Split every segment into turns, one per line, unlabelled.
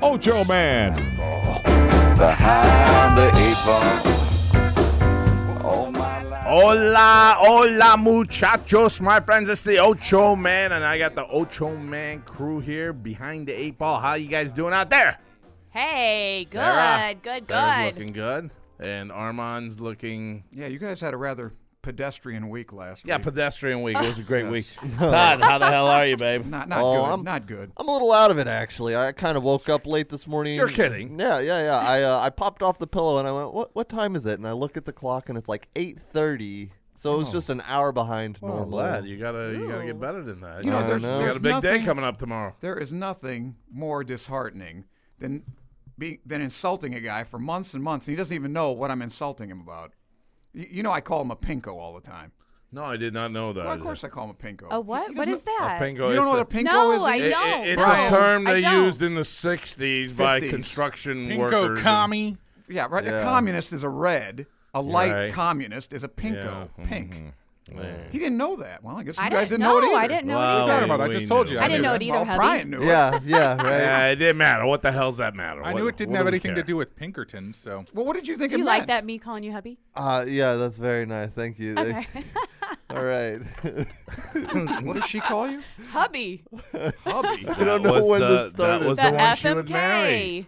Ocho Man.
Behind the eight ball.
Oh,
All my life.
Hola, hola, muchachos, my friends. It's the Ocho Man, and I got the Ocho Man crew here behind the eight ball. How you guys doing out there?
Hey, good,
Sarah.
good,
Sarah's
good.
Looking good, and Armand's looking
Yeah, you guys had a rather pedestrian week last
yeah
week.
pedestrian week. It was a great week. Todd, how the hell are you, babe?
not not
Oh,
good.
I'm-
not good.
I'm a little out of it actually. I kind of woke up late this morning.
You're kidding.
Yeah, yeah, yeah. I uh, I popped off the pillow and I went, "What what time is it?" And I look at the clock and it's like 8:30. So it
Oh.
was just an hour behind
Oh,
normal.
lad, you gotta you gotta get better than that.
You know,
I
there's,
know.
you got
there's
a big
nothing,
day coming up tomorrow.
There is nothing more disheartening than be, than insulting a guy for months and months, and he doesn't even know what I'm insulting him about. You, you know, I call him a pinko all the time.
No, I did not know that.
Well, of course, I call him a pinko.
A what?
You
What
guys
is that?
A pingo,
know- You don't
it's
know
a-
what a pinko
No,
is?
I
It-
is?
it-
don't.
it's a
Brian.
term
I
they
don't.
used in the '60s by
50s.
construction
Pinko
workers. and-
Kami.
Yeah, right.
Yeah.
A communist is a red. A light
Right.
communist is a pinko.
Yeah, mm-hmm.
Pink.
Yeah.
He didn't know that. Well, I guess you
I
guys
didn't
didn't know it
know.
either.
I didn't know
Wow.
it
Talking
either.
about, I
we
just told
knew.
you.
I didn't know it either,
Well,
hubby.
Brian knew it.
Yeah, yeah, right.
Yeah, it didn't matter. What the hell's that matter?
I
What-
knew it didn't
what
have
do we
anything to
care?
do with Pinkerton, so
Well, what did you think
Do
it
you like
meant?
that? Me calling you hubby?
Uh, yeah, that's very nice. Thank you.
Okay.
All right.
what did she call you?
hubby.
Hubby.
I don't know
was
when
the-
this started.
That was
The
the, one she would marry.
FMK.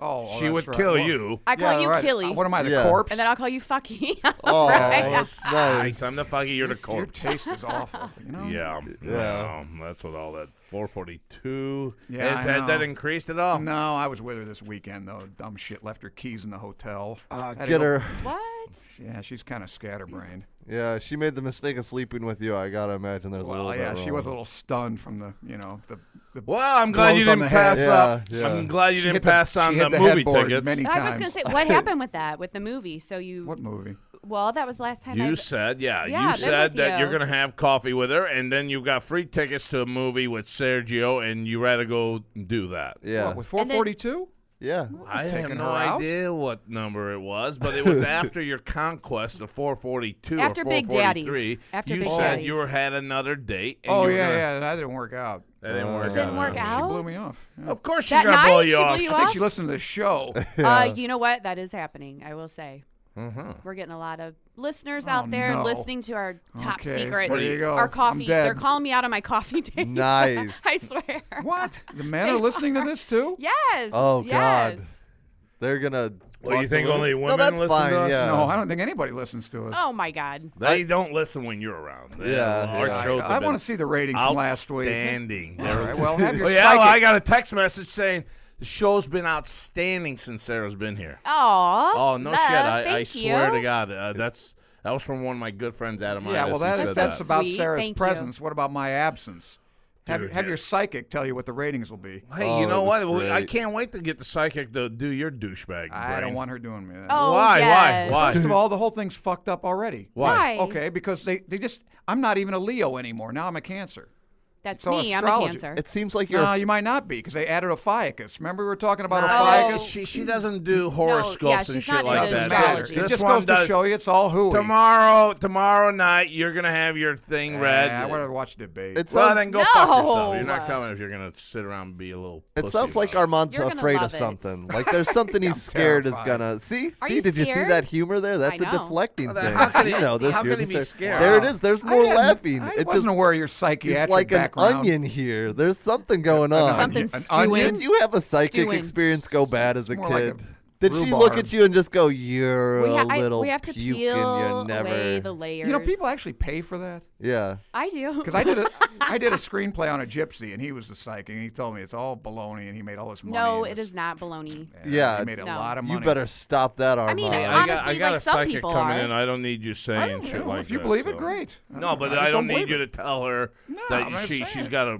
Oh,
She
that's
would
right.
kill
Well,
you.
I call
Yeah,
you
right.
Killy.
Uh, What am I, the
Yeah.
corpse?
and then I'll call you fucky.
oh,
Right.
that's nice.
I'm the fucking. You're the
Your
coach.
taste is awful. You know?
Oh, Yeah,
Yeah.
Well, that's what all that 442.
Yeah,
has,
I
has that
know.
increased at all?
Oh. No, I was with her this weekend though. Dumb shit left her keys in the hotel.
Uh,
Had to
get
go-
her.
what?
Yeah, she's kind of scatterbrained.
Yeah, she made the mistake of sleeping with you. I gotta imagine there's a
Well,
little
yeah,
bit
she was a
wrong.
little stunned from the, you know, the. the
Well, I'm glad you
Blows on
didn't
the head.
pass
Yeah,
up.
yeah.
I'm glad you
She
didn't
hit the-
pass on
she hit the
movie
headboard
tickets.
many-
I was gonna
times.
say, what happened with that with the movie? So you,
what movie?
well, that was last time.
You
I,
said, yeah,
Yeah, I've
you
been
said
with
that
you.
are gonna have coffee with her, and then you got free tickets to a movie with Sergio, and you rather go do that.
Yeah.
What, with
And then-
442?
yeah.
I have
taking
no
her out?
idea what number it was, but it was after your conquest of 442
After
or
Big
443.
Daddies. After
you
Big
said
Daddies.
you were had another date. And
oh
you were
yeah,
gonna-
yeah. Uh, That didn't work out.
That didn't work.
it didn't work
She blew
out.
me off. Yeah.
Of course, she's
That
gonna blow
night,
you
she blew
off.
you
I think
off?
she listened to the show.
Uh, you know what? That is happening. I will say. We're getting a lot of listeners out there
Mm-hmm. Oh, no.
listening to our top
Okay,
secrets.
there you go.
Our
I'm
coffee. They're
dead.
calling me out on my coffee date.
Nice.
I swear.
what? The men are listening to this too?
Yes.
Oh
yes.
God, they're gonna.
Well, you think
talk to women?
only
no,
women
that's
listen to
fine,
us?
Yeah.
No, I don't think anybody listens to us.
Oh my God.
They don't listen when you're around. They-
Yeah,
our
yeah.
shows.
I, want to see the ratings from last week.
Outstanding.
All right. Well, have your
Oh, yeah, well,
psychic-
I got a text message saying the show's been outstanding since Sarah's been here.
Aw.
Oh no
love,
shit! I, I
thank
swear
you.
to God, uh, that's that was from one of my good friends, Adam.
Yeah,
Ives,
well,
who
that,
said
that's,
that.
about
Sweet,
Sarah's
thank you.
presence. What about my absence? Have,
Dude,
have
yeah.
your psychic tell you what the ratings will be.
Hey,
Oh,
you know what?
that was
We- I
great.
can't wait to get the psychic to do your douchebag.
I don't
brain.
want her doing me that.
Oh,
Why?
yes.
Why?
First
Why?
of all, the whole thing's fucked up already.
Why?
Why?
Okay, because they, they just, I'm not even a Leo anymore. Now I'm a Cancer.
That's
So
me. I'm a
astrology.
cancer.
It seems like you're.
No, you might not be because they added Ophiuchus. Remember we were talking about
No,
Ophiuchus?
She she doesn't do horoscopes
she's
and
not
shit like
Doesn't
into
that.
matter.
astrology.
It
This
just
one
goes to
does.
show you it's all hooey.
Tomorrow, tomorrow night, you're gonna have your thing
Eh,
read.
I want to watch a debate.
it
well,
sounds.
then go fuck yourself.
No.
You're not coming if you're gonna sit around and be a little.
it
pussy
sounds like
about
Armand's
You're gonna
afraid
love
of
it.
something. Like there's something he's scared is
terrified.
gonna see.
Are
see,
you
did you see
scared?
that humor there? That's
know.
a deflecting
that-
thing.
how can
you
he-
know this.
how can
you're
he be
there-
scared?
There it is. There's more
I didn't-
laughing.
I
it
wasn't
just
aware of your
it's
psychiatric
like an
background.
onion here. There's something going on.
Something's
an
stewing.
onion?
Did you have a psychic
Doing.
experience go bad as a
more like a
kid? Did she
rhubarb.
look at you and just go, "You're
we, ha-
a
I-
little
we have to
puke and
peel
you're never"?
away the layers.
You know, people actually pay for that.
yeah.
I do.
Because I did a I did a screenplay on a gypsy, and he was the psychic, and he told me it's all baloney, and he made all this money.
no,
and
it is not baloney.
and
Yeah,
he made a
No.
lot of money.
You better stop that, Armand.
mean,
Hey,
Uh,
I got,
honestly,
I got
like
a
some
psychic
people
coming
are.
in. I don't need you
I
saying
don't
shit
know.
like
if you
that,
believe
so.
it, great.
No, but
just
I don't need
believe
you to
it.
tell her
No,
that
I'm
she
saying
she's
it.
got to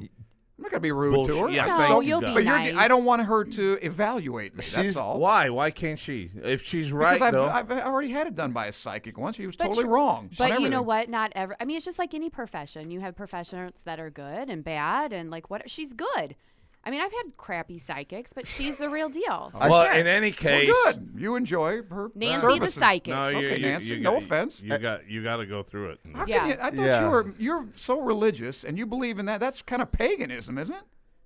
I'm not gonna be rude to her.
Bullshit. Yeah,
I-
No,
thank you,
you'll
guys.
be
but you're,
nice.
I don't want her to evaluate me. That's
She's-
all.
Why? Why can't she? If she's right,
Because I've,
though.
I've already had it done by a psychic once. She was
But
totally
you-
wrong. on
But you know
everything.
what? Not ever. I mean, it's just like any profession. You have professionals that are good and bad, and like what? She's good. I mean, I've had crappy psychics, but she's the real deal. for
well,
sure.
in any
Well,
case,
good. You enjoy her
Nancy
services.
the psychic.
no, you,
Okay,
you-
Nancy,
you
no
got-
offense.
You got you got to go through it.
How can
Yeah.
you- I thought
Yeah.
you were you're so religious and you believe in that. That's kind of paganism, isn't it?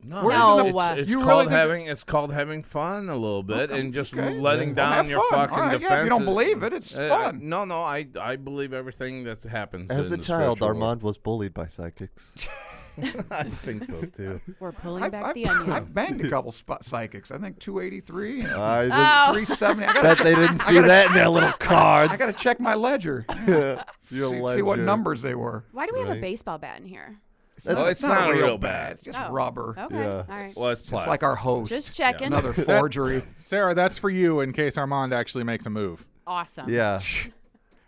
No,
Where
No.
it's, it's, it's
You
really
called
think-
having it's called having fun a little bit and just
okay.
letting
Well,
down
have
your
fun. All
fucking
right, yeah,
defenses.
if you don't believe it, it's fun.
Uh, No, no, I I believe everything that happens.
As
in
a
the
child,
spiritual world.
Armand was bullied by psychics.
I think so too.
We're pulling
I've,
back
I've,
the onion.
I've banged a couple spot psychics. I think 283 and
I didn't,
370. Oh. I
bet
gotta,
they didn't see that in their little cards.
I gotta check my ledger.
Your
see, see what
ledger.
numbers they were.
Why do we have a
Right.
baseball bat in here?
Oh, it's not a real bad.
It's just
Oh,
rubber.
Okay.
Yeah.
All right.
Well, it's
It's
plastic.
like our host.
Just checking.
Another forgery.
Sarah, that's for you in case Armand actually makes a move.
Awesome.
Yeah.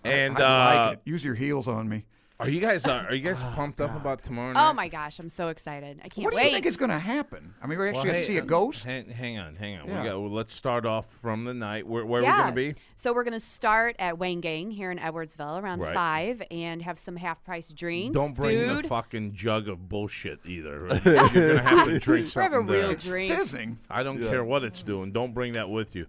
and
I
uh,
like it. Use your heels on me.
are you guys uh, are you
Oh,
guys pumped up about tomorrow night?
Oh my gosh, I'm so excited. I can't
What do
wait.
you think is going to happen? I mean, we're actually
Well,
going to
hey,
see a
um,
ghost.
Hang, hang on, hang on.
Yeah.
We got, well, let's start off from the night. Where, where
yeah.
are we going to be?
So we're gonna start at Wayne Gang here in Edwardsville around
Right.
five and have some half price drinks.
Don't bring
food.
the fucking jug of bullshit either. You're going to have to drink
We're
something.
have a
there.
real drink.
Fizzing.
I don't care what it's doing. Don't bring that with you.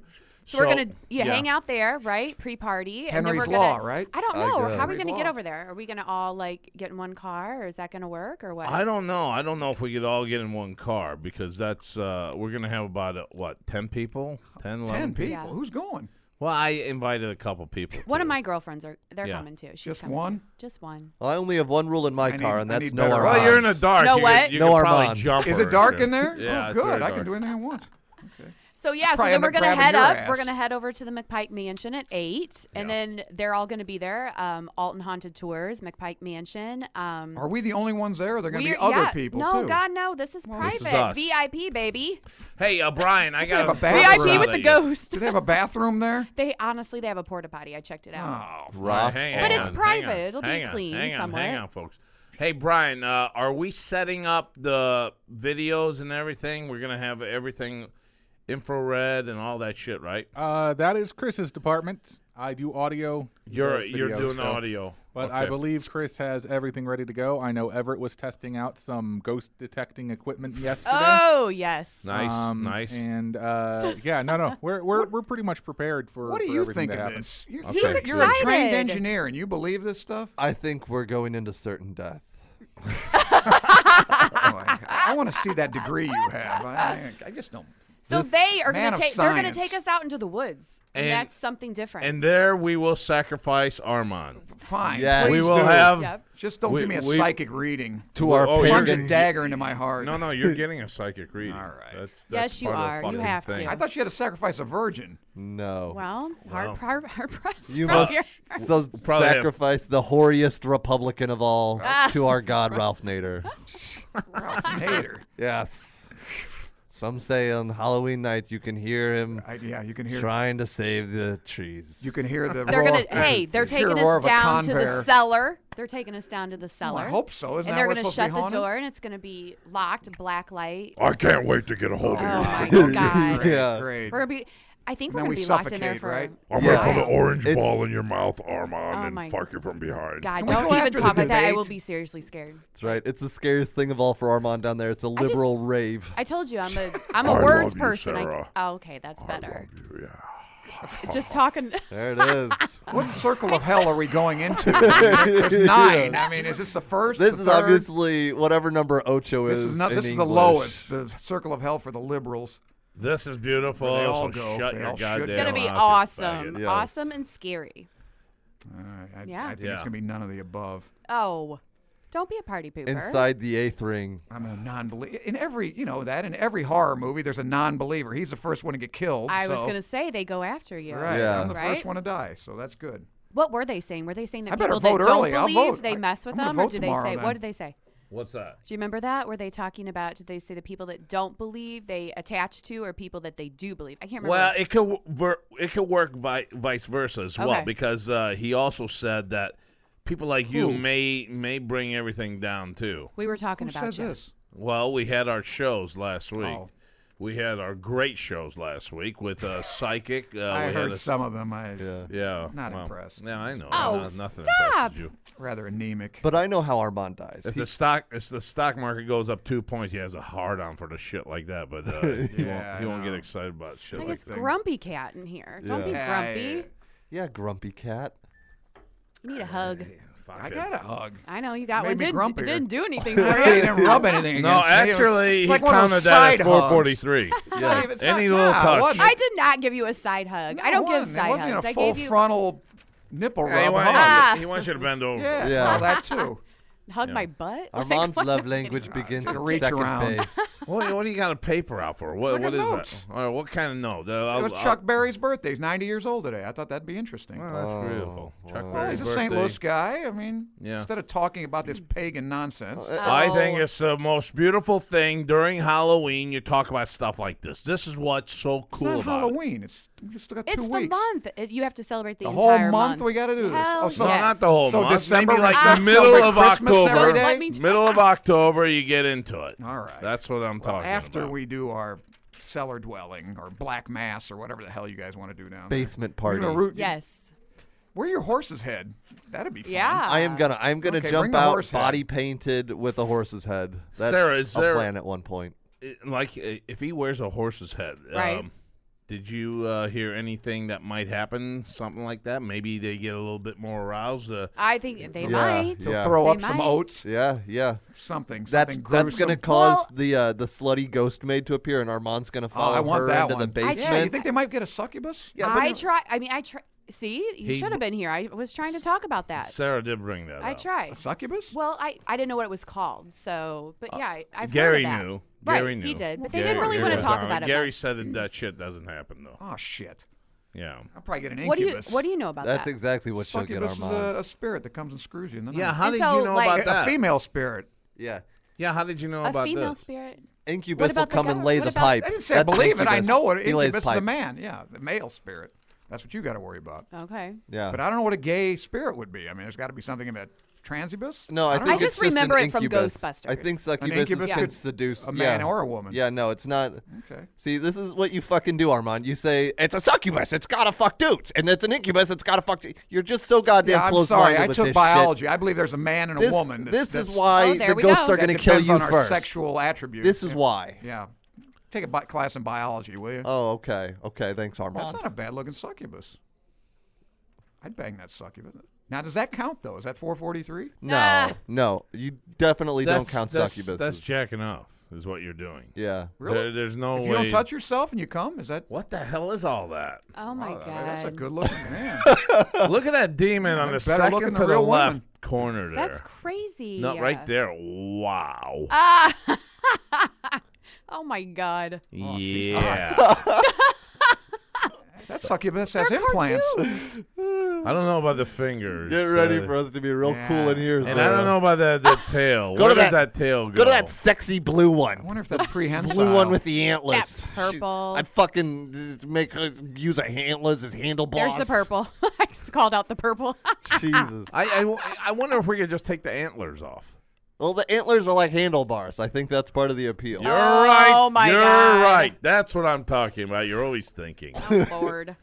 So, we're gonna yeah, hang out there, right? Pre party. and
Henry's
then we're gonna,
Law, right?
I don't know. How are we
Henry's
gonna get
Law.
over there? Are we gonna all like get in one car, or is that gonna work, or what?
I don't know. I don't know if we could all get in one car because that's uh, we're gonna have about uh, what ten people, 10, 11
10 people.
people.
Yeah.
Who's going?
Well, I invited a couple people.
One of
too.
my girlfriends are they're
Yeah.
coming too. She's
Just
coming
one?
Too. Just one.
I only have one rule in my
I need-
car, and
I
that's
need
no
better
Armand.
Well, you're in the dark.
Know
you
what?
Could, you
No
could probably
Armand.
jump.
Is
or
it dark
shit.
in there?
Yeah,
oh,
it's very
good. I can
dark.
do anything I want.
So yeah, so
probably
then
end
we're
up
gonna
grabbing
head
your
up.
ass.
We're gonna head over to the McPike Mansion at eight, and then they're all gonna be there. Um, Alton Haunted Tours, McPike Mansion. Um,
Are we the only ones there? There are going to
we're-
be other
yeah,
people,
No,
too.
God, no. This is private.
This is us.
VIP, baby.
Hey, uh, Brian, I got
have a bathroom.
proposal
VIP
out
with
at
the
you.
ghost.
Do they have a bathroom there?
They honestly, they have a porta potty. I checked it out.
Oh,
Rock.
Hang
But it's
on, hang
private.
on,
It'll be
hang on,
clean
hang on,
somewhere.
Hang on, folks. Hey, Brian, uh, are we setting up the videos and everything? We're gonna have everything infrared and all that shit, right?
Uh, that is Chris's department. I do audio. he
You're
does
you're
video,
doing
so-
audio,
But I
Okay.
believe Chris has everything ready to go. I know Everett was testing out some ghost detecting equipment yesterday.
Oh yes.
nice,
Um,
nice.
And uh, yeah, no, no, we're we're we're pretty much prepared for.
what do
for
you
everything that
think of
happens.
this? You're,
Okay.
you're- you're a trained
excited.
engineer and you believe this stuff?
I think we're going into certain death.
Oh, I, want to see that degree you have. I, I just don't.
So
This
they are
man
gonna
of
take. They're gonna
science.
take us out into the woods, and,
And-
that's something different.
And there we will sacrifice Armand.
Fine.
Yes.
we
please
will
do.
have.
Yep.
Just don't
we-
give me a
we-
psychic reading.
To our
oh, you're
Plunge a
pagan.
dagger into my heart.
No, no, you're getting a psychic reading.
All right.
That's, that's
Yes, you
part of the
are. You
fucking
have
thing.
to.
I thought you had to sacrifice a virgin.
No.
well, hard, hard, hard press.
You
right
must
here.
so
probably have-
sacrifice the hoariest Republican of all
Ah.
to our god Ralph Nader.
Ralph Nader.
Yes. Some say on Halloween night you can hear him
I, yeah, you can hear.
trying to save the trees.
You can hear the.
They're
roar.
gonna. Hey, they're
You hear
taking
the roar
us
of a
down to the
convair.
cellar. They're taking us down to the cellar.
I hope so.
and
Isn't that
they're
what's
gonna
supposed to be
shut the
haunted?
door, and it's gonna be locked, black light.
I can't wait to get a hold of
Oh
you.
my god.
Yeah.
Great.
We're gonna be. I think we're
then
gonna
we
be locked in there
suffocate,
for.
right?
I'm
Yeah.
gonna put an orange
It's-
ball in your mouth, Armand,
Oh my
and fuck you from behind.
God,
we
don't
go
even
after the
talk like that. I will
debate?
be seriously scared.
That's right. It's the scariest thing of all for Armand down there. It's a
just-
liberal rave.
I told you I'm a I'm
I
a
love
words
you,
person. I,
Sarah.
oh, okay, that's
I
better.
love you, yeah.
Just talking.
There it is.
What circle of hell are we going into? There's nine. I mean, is this the first?
this
the
is
third?
obviously whatever number Ocho
This
is.
is not.
in
This is the
English.
lowest. The circle of hell for the liberals.
This is beautiful.
Where they all
so
go.
Shut
They
your
all should
goddamn
go.
It's gonna be
mouth, you
awesome,
faggot.
Yes.
awesome and scary.
Uh, I,
Yeah.
I think it's
Yeah.
gonna be none of the above.
Oh, don't be a party pooper.
Inside the eighth ring.
I'm a non-believer. In every, you know that in every horror movie, there's a non-believer. He's the first one to get killed.
I was
so-
gonna say they go after you.
Right.
Yeah.
I'm the
Right?
first one to die, so that's good.
What were they saying? Were they saying that
I better
people that
vote
don't
early. I'll
believe
vote.
they
I-
mess with
I'm gonna
them, or
vote
do they
tomorrow,
say what
then.
did they say?
What's that?
Do you remember that? Were they talking about? Did they say the people that don't believe they attach to, or people that they do believe? I can't remember.
Well, it could ver- it could work vi- vice versa as well
Okay.
because uh, he also said that people like you may may bring everything down too.
we were talking
Who
about
said
you.
this?
Well, we had our shows last week.
Oh.
We had our great shows last week with a psychic. Uh,
I
we had
heard
a-
some of them. I
Yeah,
Not
well,
impressed.
Yeah, I know.
Oh,
no- nothing
stop.
impresses you.
rather anemic.
But I know how Armand dies.
If the stock, if the stock market goes up two points, he has a hard on for the shit like that. But uh, he
Yeah,
won't.
I
He won't get
know.
excited about shit
Like
like
it's grumpy cat in here. Don't be
Yeah.
grumpy.
yeah, grumpy cat.
You need a hug.
Fuck
I
it.
got a hug.
I know you got
Made
one.
me
Didn't
grumpier.
didn't do anything.
I
for you.
didn't rub anything
No,
against me. It was-
actually, he
it's like one of
counted
those
that
side
at
hugs.
443.
It's not even- it's
Any little
not- nah, it
touch.
wasn't.
I did not give you a side hug. I don't
It
give
wasn't.
side
It wasn't
hugs.
a
I
full
gave you
frontal nipple
Yeah, he,
rub.
wants,
hug.
he wants you to bend over.
Ah. Yeah,
Yeah.
well, that too.
hug my butt. Like,
Armand's
what?
love language begins at
reach
second
around.
base.
What, what do you got a paper out for? What,
Look
what
at
is
notes.
that? All right, what kind of note?
It was Chuck Berry's birthday. He's 90 years old today. I thought that'd be interesting.
Oh, that's beautiful. Chuck
Well,
Berry's
he's a St. Louis
birthday.
guy. I mean,
Yeah.
instead of talking about this pagan nonsense,
Oh.
I think it's the most beautiful thing during Halloween. You talk about stuff like this. This is what's so
it's
cool
not
about it.
Halloween. It's we still got
It's
two
the
weeks.
month. It- You have to celebrate the,
The whole
entire
month, we got to do this.
Hell
oh, so
No,
yes.
not the whole
So
month.
December,
Maybe like
like
the middle
December,
of
Christmas
October.
every
Don't let
day?
me do
Middle of October, you get into it.
All right.
That's what I'm talking
after
about.
we do our cellar dwelling or black mass or whatever the hell you guys want to do down there.
Basement party.
You're gonna root-
Yes.
Where your horse's head? That'd be fun.
Yeah.
I am gonna I'm gonna
Okay, bring
jump
the
out
horse head.
body painted with a horse's head. That's
Sarah, is
a
there-
plan at one point.
It- like uh, if he wears a horse's head. um,
Right.
did you uh, hear anything that might happen? Something like that? Maybe they get a little bit more aroused. Uh,
I think they
Yeah.
might.
They'll
Yeah.
throw
They
up some
might.
oats,
Yeah, yeah.
something.
That's
something
that's
gruesome.
gonna cause
Well-
the uh, the slutty ghost maid to appear, and Armand's gonna
Oh,
follow
I want
her
that
into
one.
the basement.
Yeah, you think they might get a succubus?
Yeah, but
I
it-
try. I mean, I try. See, you
He-
should have been here. I was trying to talk about that.
Sarah did bring that
I
up.
tried.
A succubus?
Well, I, I didn't know what it was called, so but yeah, I, I've
Gary
heard of that.
knew.
Right,
Gary knew.
He did, but they
Gary-
didn't really want
Gary's
to talk
on
about it.
Gary
much.
said that that shit doesn't happen though.
Oh shit!
Yeah.
I'll probably get an
What do you
incubus.
What do you know about
that's
that?
exactly what she'll get,
Succubus is
Armand.
a, a spirit that comes and screws you in the night.
And so, like-
a, a female spirit.
yeah,
Yeah, how did you know
a
about
female
this?
spirit. What
incubus will
about the
come
guy-
and lay
what
the
about-
pipe.
I didn't say I
That's
believe it. I
incubus.
know it.
He lays
Incubus is
pipe.
a man. Yeah, the male spirit. That's what you got to worry about.
Okay.
Yeah,
But I don't know what a gay spirit would be. I mean, there's got to be something in a transubus.
No, I
don't
think
I just
know.
it's just an
remember it from
incubus. I
Ghostbusters.
think succubus,
incubus
can
could-
seduce
a man
yeah.
or a woman.
Yeah, no, it's not.
Okay.
See, this is what you fucking do, Armand. You say it's a succubus, it's gotta fuck dudes, and it's an incubus, it's gotta fuck. du-" You're just so goddamn
Yeah, I'm sorry.
close-minded
I
with
took
this
biology.
shit.
I believe there's a man and a
This,
woman. that's-
this
that's-
is why
Oh,
the
there we
ghosts
go.
are
that
gonna kill
depends
you
on our
first.
sexual attributes.
This is
Yeah.
why.
Yeah. Take a bi- class in biology, will you?
Oh, okay, okay. Thanks,
That's
Armand.
not a bad looking succubus. I'd bang that succubus. Now, does that count though? Is that 443?
Nah.
No, no, you definitely don't
That's-
count
that's,
succubuses.
That's jacking off, is what you're doing.
Yeah.
Really?
There- there's no
if
way.
you don't touch yourself and you come, is that?
What the hell is all that?
Oh my god.
That's a good looking man.
Look at that demon on the
better look
second
at the
to the
real woman.
left corner there.
That's crazy.
Not right there. Wow.
Ah. oh my god.
Oh,
yeah.
that succubus has
They're
implants.
cartoons.
I don't know about the fingers.
Get ready
Uh,
for us to be real
Yeah.
cool in here.
And I don't know about that the tail.
Go
Where
to
does
that-
that tail go?
Go to that sexy blue one.
I wonder if that's prehensile.
blue one with the antlers.
That
Shoot,
purple.
I'd fucking uh, make her use a antlers as handlebars.
There's the purple. I just called out the purple.
Jesus.
I, I w- I wonder if we could just take the antlers off.
Well, the antlers are like handlebars. I think that's part of the appeal.
Oh
You're right.
my
You're
God.
right. That's what I'm talking about. You're always thinking.
oh Lord.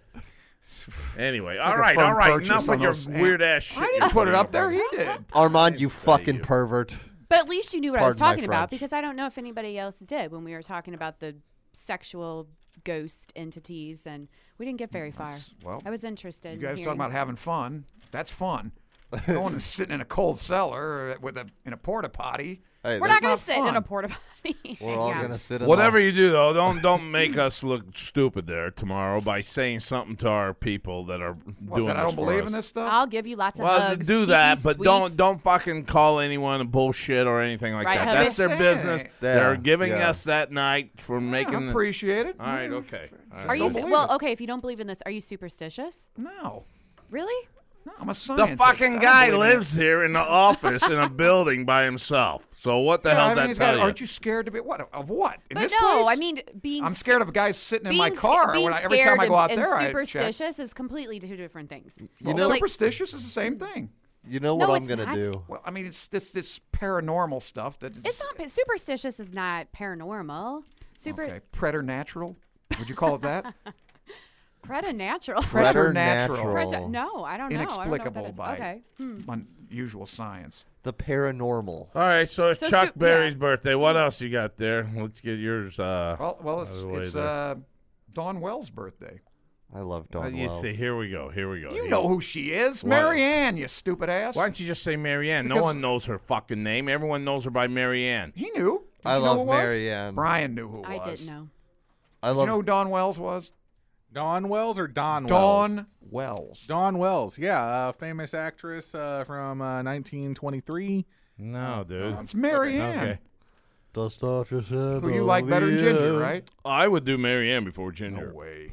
Anyway, all
a
right,
firm
all right.
purchase
Enough
on
with your
those ant-
weird ass shit.
I
you're
didn't put
putting
it up there. He did.
Armand, you fucking
you.
pervert.
But at least you knew what I was
Pardon my
talking about
French.
because I don't know if anybody else did when we were talking about the sexual ghost entities, and we didn't get very far.
well,
I was interested.
You
in
guys
hearing-
talking about having fun? That's fun. No one is sitting in a cold cellar with a in a porta potty.
Hey,
We're not
that's-
going
not
to sit in a
fun.
porta potty.
We're all
Yeah.
gonna sit in
Whatever
the-
you do, though, don't don't make us look stupid there tomorrow by saying something to our people that are
What,
doing
that I
this
don't
for
believe
us.
in this stuff.
I'll give you lots of
Well,
hugs.
do
keep
that,
you
but
sweet.
don't don't fucking call anyone bullshit or anything like
Right,
that.
Hubby?
That's their
Say.
business. They're
Yeah,
giving
yeah.
us that night for
I
making.
appreciate it.
all right, okay. all right.
Are you
don't
su-
believe
well?
it.
Okay, if you don't believe in this, are you superstitious?
No,
Really?
no, I'm a
The
scientist. I
fucking
don't
guy
believe in it.
lives here in the office in a building by himself. So what the
Yeah, I
hell's
mean,
that
he's got-
tell you?
Aren't you scared to be what of what in
but
this
no,
place?
I mean being.
I'm
sc-
scared of guys sitting in
being
my
sc-
car.
being
when I, every time I
scared
go out
and,
there,
and
I check.
superstitious is completely two different things.
Well,
so like,
superstitious is the same thing.
You know what
No,
I'm
it's
gonna
not.
do?
Well, I mean, it's this this paranormal stuff that
It's not pa- superstitious. Is not paranormal. Super
okay, preternatural. Would you call it that?
preternatural.
Preternatural.
Preter- no, I don't know. I don't know what that
Inexplicable
is.
by
Okay. Hmm.
unusual science.
The paranormal.
All right, so it's
So
Chuck
Stu- yeah.
Berry's birthday. What else you got there? Let's get yours. Uh,
Well, well, it's,
out of the way
it's
there.
uh, Dawn Wells' birthday.
I love
Uh,
Don
you
Wells.
see, here we go. Here we go.
You
Here-
know who she is,
Why-
Marianne. You stupid ass.
Oh, Why don't you just say Marianne? No
Because-
one knows her fucking name. Everyone knows her by Marianne.
He knew. Did
I
you know
love
who it was?
Marianne.
Brian knew who it
I
was.
didn't know.
I
You
love
know who Dawn Wells was?
Don Wells or Don Wells?
Dawn Wells.
Dawn Wells, yeah, uh, famous actress uh, from uh, 1923.
No, dude.
It's Marianne.
Okay.
dust off your shadow.
Who you like better than Ginger, right?
I would do Marianne before Ginger.
way.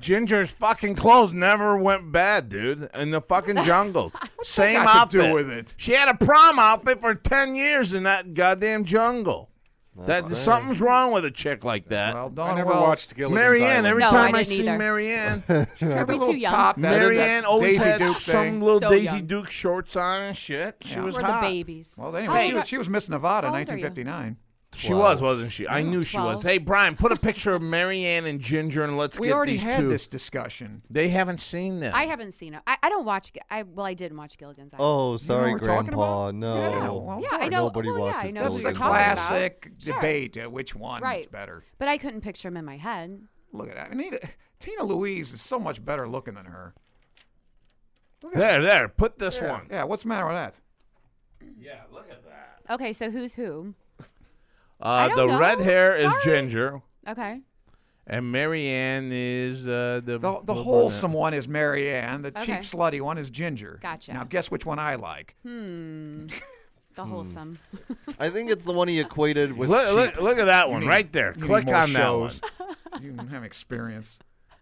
Ginger's fucking clothes never went bad, dude. In the fucking jungles. Same
got to
outfit.
do with it?
She had a prom outfit for ten years in that goddamn jungle. that something's wrong with a chick like that.
Well,
I
Dawn
never
Wells.
watched Gilligan's
Marianne,
Island.
every
No, I
time I,
didn't
see
either.
Marianne,
She's got
Are
the
we
little
too young?
top. that-
Marianne
that
always
Daisy
had
Duke
some
thing.
little
So
Daisy
young.
Duke shorts on and shit. She
Yeah.
was
We're
hot.
the babies.
Well,
How
anyway,
old
she
are-
was, she was Miss Nevada in
How old are Oh, you?
1959.
She was, wasn't she? I knew she was.
Twelve.
Hey, Brian, put a picture of Marianne and Ginger, and let's
We
get
already
these
had
two.
this discussion.
They haven't seen them.
I haven't seen it. I, I don't watch. Gi- I well, I didn't watch Gilligan's Island.
Oh, sorry,
what we're talking
Grandpa.
about?
No.
Yeah, I know. Well,
yeah, I know.
Nobody
well, yeah, I
watches
know.
That's
what
That's
we
the
you're
can
talking
talk about.
classic
Sure.
debate. Uh, which one is
Right.
better?
But I couldn't picture him in my head.
Look at that. Anita, Tina Louise is so much better looking than her.
there, there. Put this
Yeah,
one.
Yeah, what's the matter with that?
Okay, so who's who?
Uh,
don't
the
know.
red hair is
Sorry.
Ginger,
Okay.
and Marianne is uh, the
The, the
blonde.
wholesome one is Marianne. The cheap
Okay.
slutty one is Ginger.
Gotcha.
Now guess which one I like.
Hmm.
The wholesome.
I think it's the one he equated with.
Look, look,
cheap.
look at that one
need-
right there.
you need
Click
more
on
shows.
that
you don't have experience.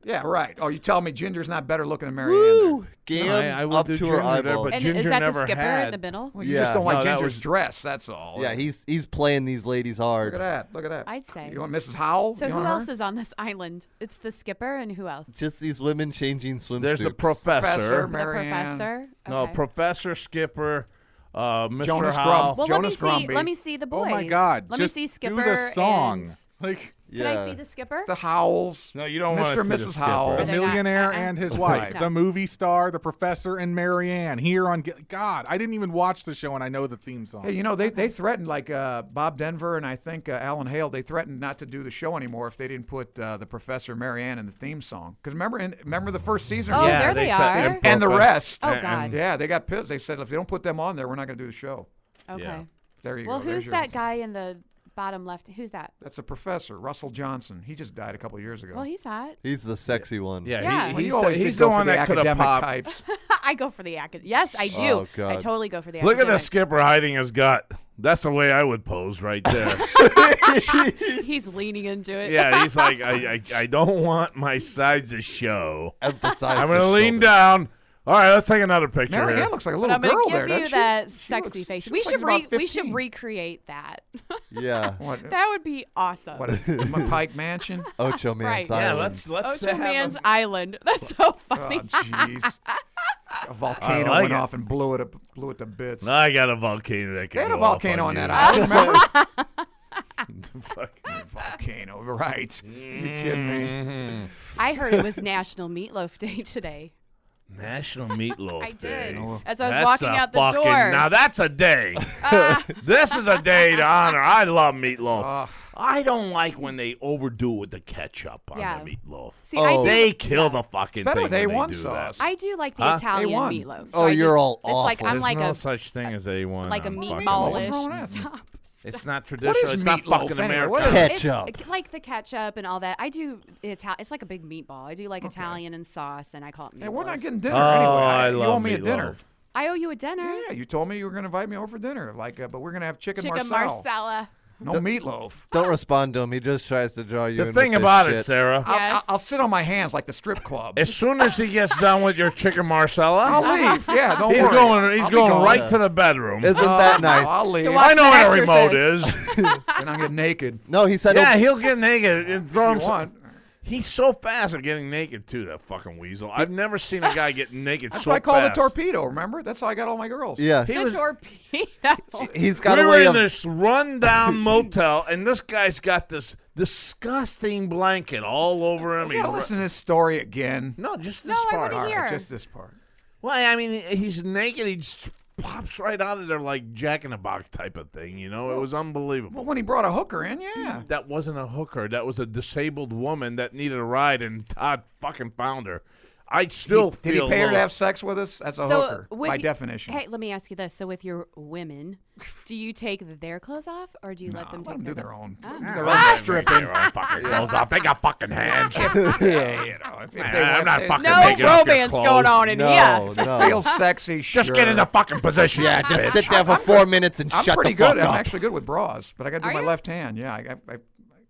Yeah, right. Oh, you tell me Ginger's not better looking than Marianne. then.
Woo!
No, I-
Gams
I will
up
do
to her
Junior there,
eyeballs.
but-
And is
Ginger
that the
never
skipper in the
had-
middle?
Well, you
Yeah.
just don't like
No, that
Ginger's
was-
dress, that's all.
Yeah, he's he's playing these ladies hard.
Look at that. Look at that.
I'd say.
You want Mrs. Howell?
So
You
who
want her?
else is on this island? It's the skipper and who else?
Just these women changing swimsuits.
one. There's the professor.
Professor,
The
Marianne.
professor.
No,
Okay.
Professor Skipper, uh, Mr.
Jonas
Howell.
Well,
Jonas
let me see.
Brumby.
Let me see the
Oh
boys.
my God!
Let
just
me see Skipper
Do the song.
and-
Like
Yeah.
Can I see the skipper?
The Howells.
No, you don't
Mr.
want
and
to see the
Mrs.
skipper.
Howell.
the
They're not-
millionaire
uh-uh.
and his wife,
Right.
the movie star, the professor, and Marianne here on. Gi- God, I didn't even watch the show and I know the theme song.
Hey, you know, they, they threatened, like uh, Bob Denver and I think uh, Alan Hale, they threatened not to do the show anymore if they didn't put uh, the Professor Marianne in the theme song. Because remember, in, remember the first season?
Oh,
yeah,
there
they
they
said-
are.
and,
And the
Professor-
rest.
Oh,
and-
God.
Yeah, they got pissed. They said, if they don't put them on there, we're not going to do the show.
okay.
Yeah.
There you
Well,
go. There's
who's
your-
that guy in the bottom left? Who's that?
That's a professor, Russell Johnson. He just died a couple years ago.
Well, he's hot.
He's the sexy one.
Yeah,
Yeah.
He,
Well,
he's,
you
the-
always did
he's
go
the
for
one
the
that could have
academic
popped.
types.
I go for the academic. Yes, I do.
Oh,
I
God.
totally go for the
Look at the
academic.
skipper hiding his gut. That's the way I would pose right there.
He's leaning into it.
yeah, he's like, I, I, I don't want my sides to show.
Emphasize.
I'm
the
gonna leann
shoulders.
down. All right, let's take another picture. here.
Marianne looks like a
But
little
I'm gonna
girl
give
there.
you
doesn't she?
that
She
sexy
looks-
face.
she
We
looks
should
like
re-
about
we should
15.
recreate that.
Yeah.
What?
that would be awesome.
What? a- Pike Mansion?
Ocho Man's
Right.
yeah,
Island.
let's let's uh,
Ocho
have
Man's
a-
Island. That's so
Oh,
funny.
jeez. A volcano
like
went
it.
off and blew it, up, blew it to bits.
I got a volcano that can
They had
go
a volcano
off
on
you.
that island, remember?
Fuck.
volcano, right. You kidding me?
I heard it was National Meatloaf Day today.
National Meatloaf
I
Day.
Oh,
did. As I was
That's
walking
a
out the
fucking-
door.
Now that's a day. this is a day to honor. I love meatloaf.
Ugh.
I don't like when they overdo with the ketchup on
Yeah.
the meatloaf.
See, I
Oh.
do.
they kill the fucking
better
thing
with
when they
A1
do
sauce.
that.
I do like the
Huh?
Italian
A1.
meatloaf.
Oh,
I
you're
just-
all
It's like
awful.
I'm
There's
like
no
a
such thing as A1.
like a
on fucking
meatballish.
meatloaf.
What's wrong with that?
Stop.
It's not traditional.
is
It's not
meatloaf
fucking
anyway?
American.
What is-
It's
Ketchup.
like- like the ketchup and all that. I do Italian. It's like a big meatball. I do like Italian and sauce, and I call it meatloaf.
Hey, we're not getting dinner
Oh,
anyway.
I
you
love
owe me a
meatloaf.
dinner.
I owe you a dinner.
Yeah, you told me you were going to invite me over for dinner, like, uh, but we're going to have chicken,
Chicken
Marsala.
Marcella.
No meatloaf.
Don't respond to him. He just tries to draw you in.
The
with
thing
this
about it,
shit.
Sarah,
I'll-
Yes.
I'll, I'll sit on my hands like the strip club.
as soon as he gets done with your chicken
I'll
Marcella,
leave. Yeah, don't
he's
worry.
going. He's
I'll be
going
gone.
right to the bedroom.
Isn't
Oh,
that
no,
nice?
I'll leave.
watch
I know what a
Exorcist.
remote is.
and I'll get naked.
No, he said.
yeah,
he'll-
he'll get naked and throw
If you
him.
want.
He's so fast at getting naked too. That fucking weasel. I've never seen a guy get naked
That's
so
why I call it a
fast.
torpedo. Remember? That's how I got all my girls.
Yeah,
He
The
was-
torpedo.
he's got
we
a
were
way
in
of
this rundown motel, and this guy's got this disgusting blanket all over him.
We
He's
gotta
ru-
listen to this story again.
No, just
No,
this
I
part.
wanna
All
Here.
right, just this part.
Well, I mean, he's naked. He just pops right out of there like Jack in the Box type of thing. You know, it was unbelievable.
Well, when he brought a hooker in, yeah.
that wasn't a hooker. That was a disabled woman that needed a ride, and Todd fucking found her. I still
Did
feel
he pay her to
low.
have sex with us? That's a hooker,
with
by
y-
definition.
Hey, let me ask you this: So, with your women, do you take their clothes off, or do you let them Ah. take
Let them do
their
their own.
They're all stripping. They're all fucking clothes off. They got fucking hands.
Yeah, you know, if, if they
I'm
want-
not
if-
fucking
if
making
No romance going on in
no,
here.
they
no.
Feel sexy.
Just
sure.
get in the fucking position. Yeah,
Just sit there for four minutes and
I'm
shut
pretty
the fuck
good.
up.
I'm actually good with bras, but I got to do
Are
my
you?
left hand. Yeah, I, I, I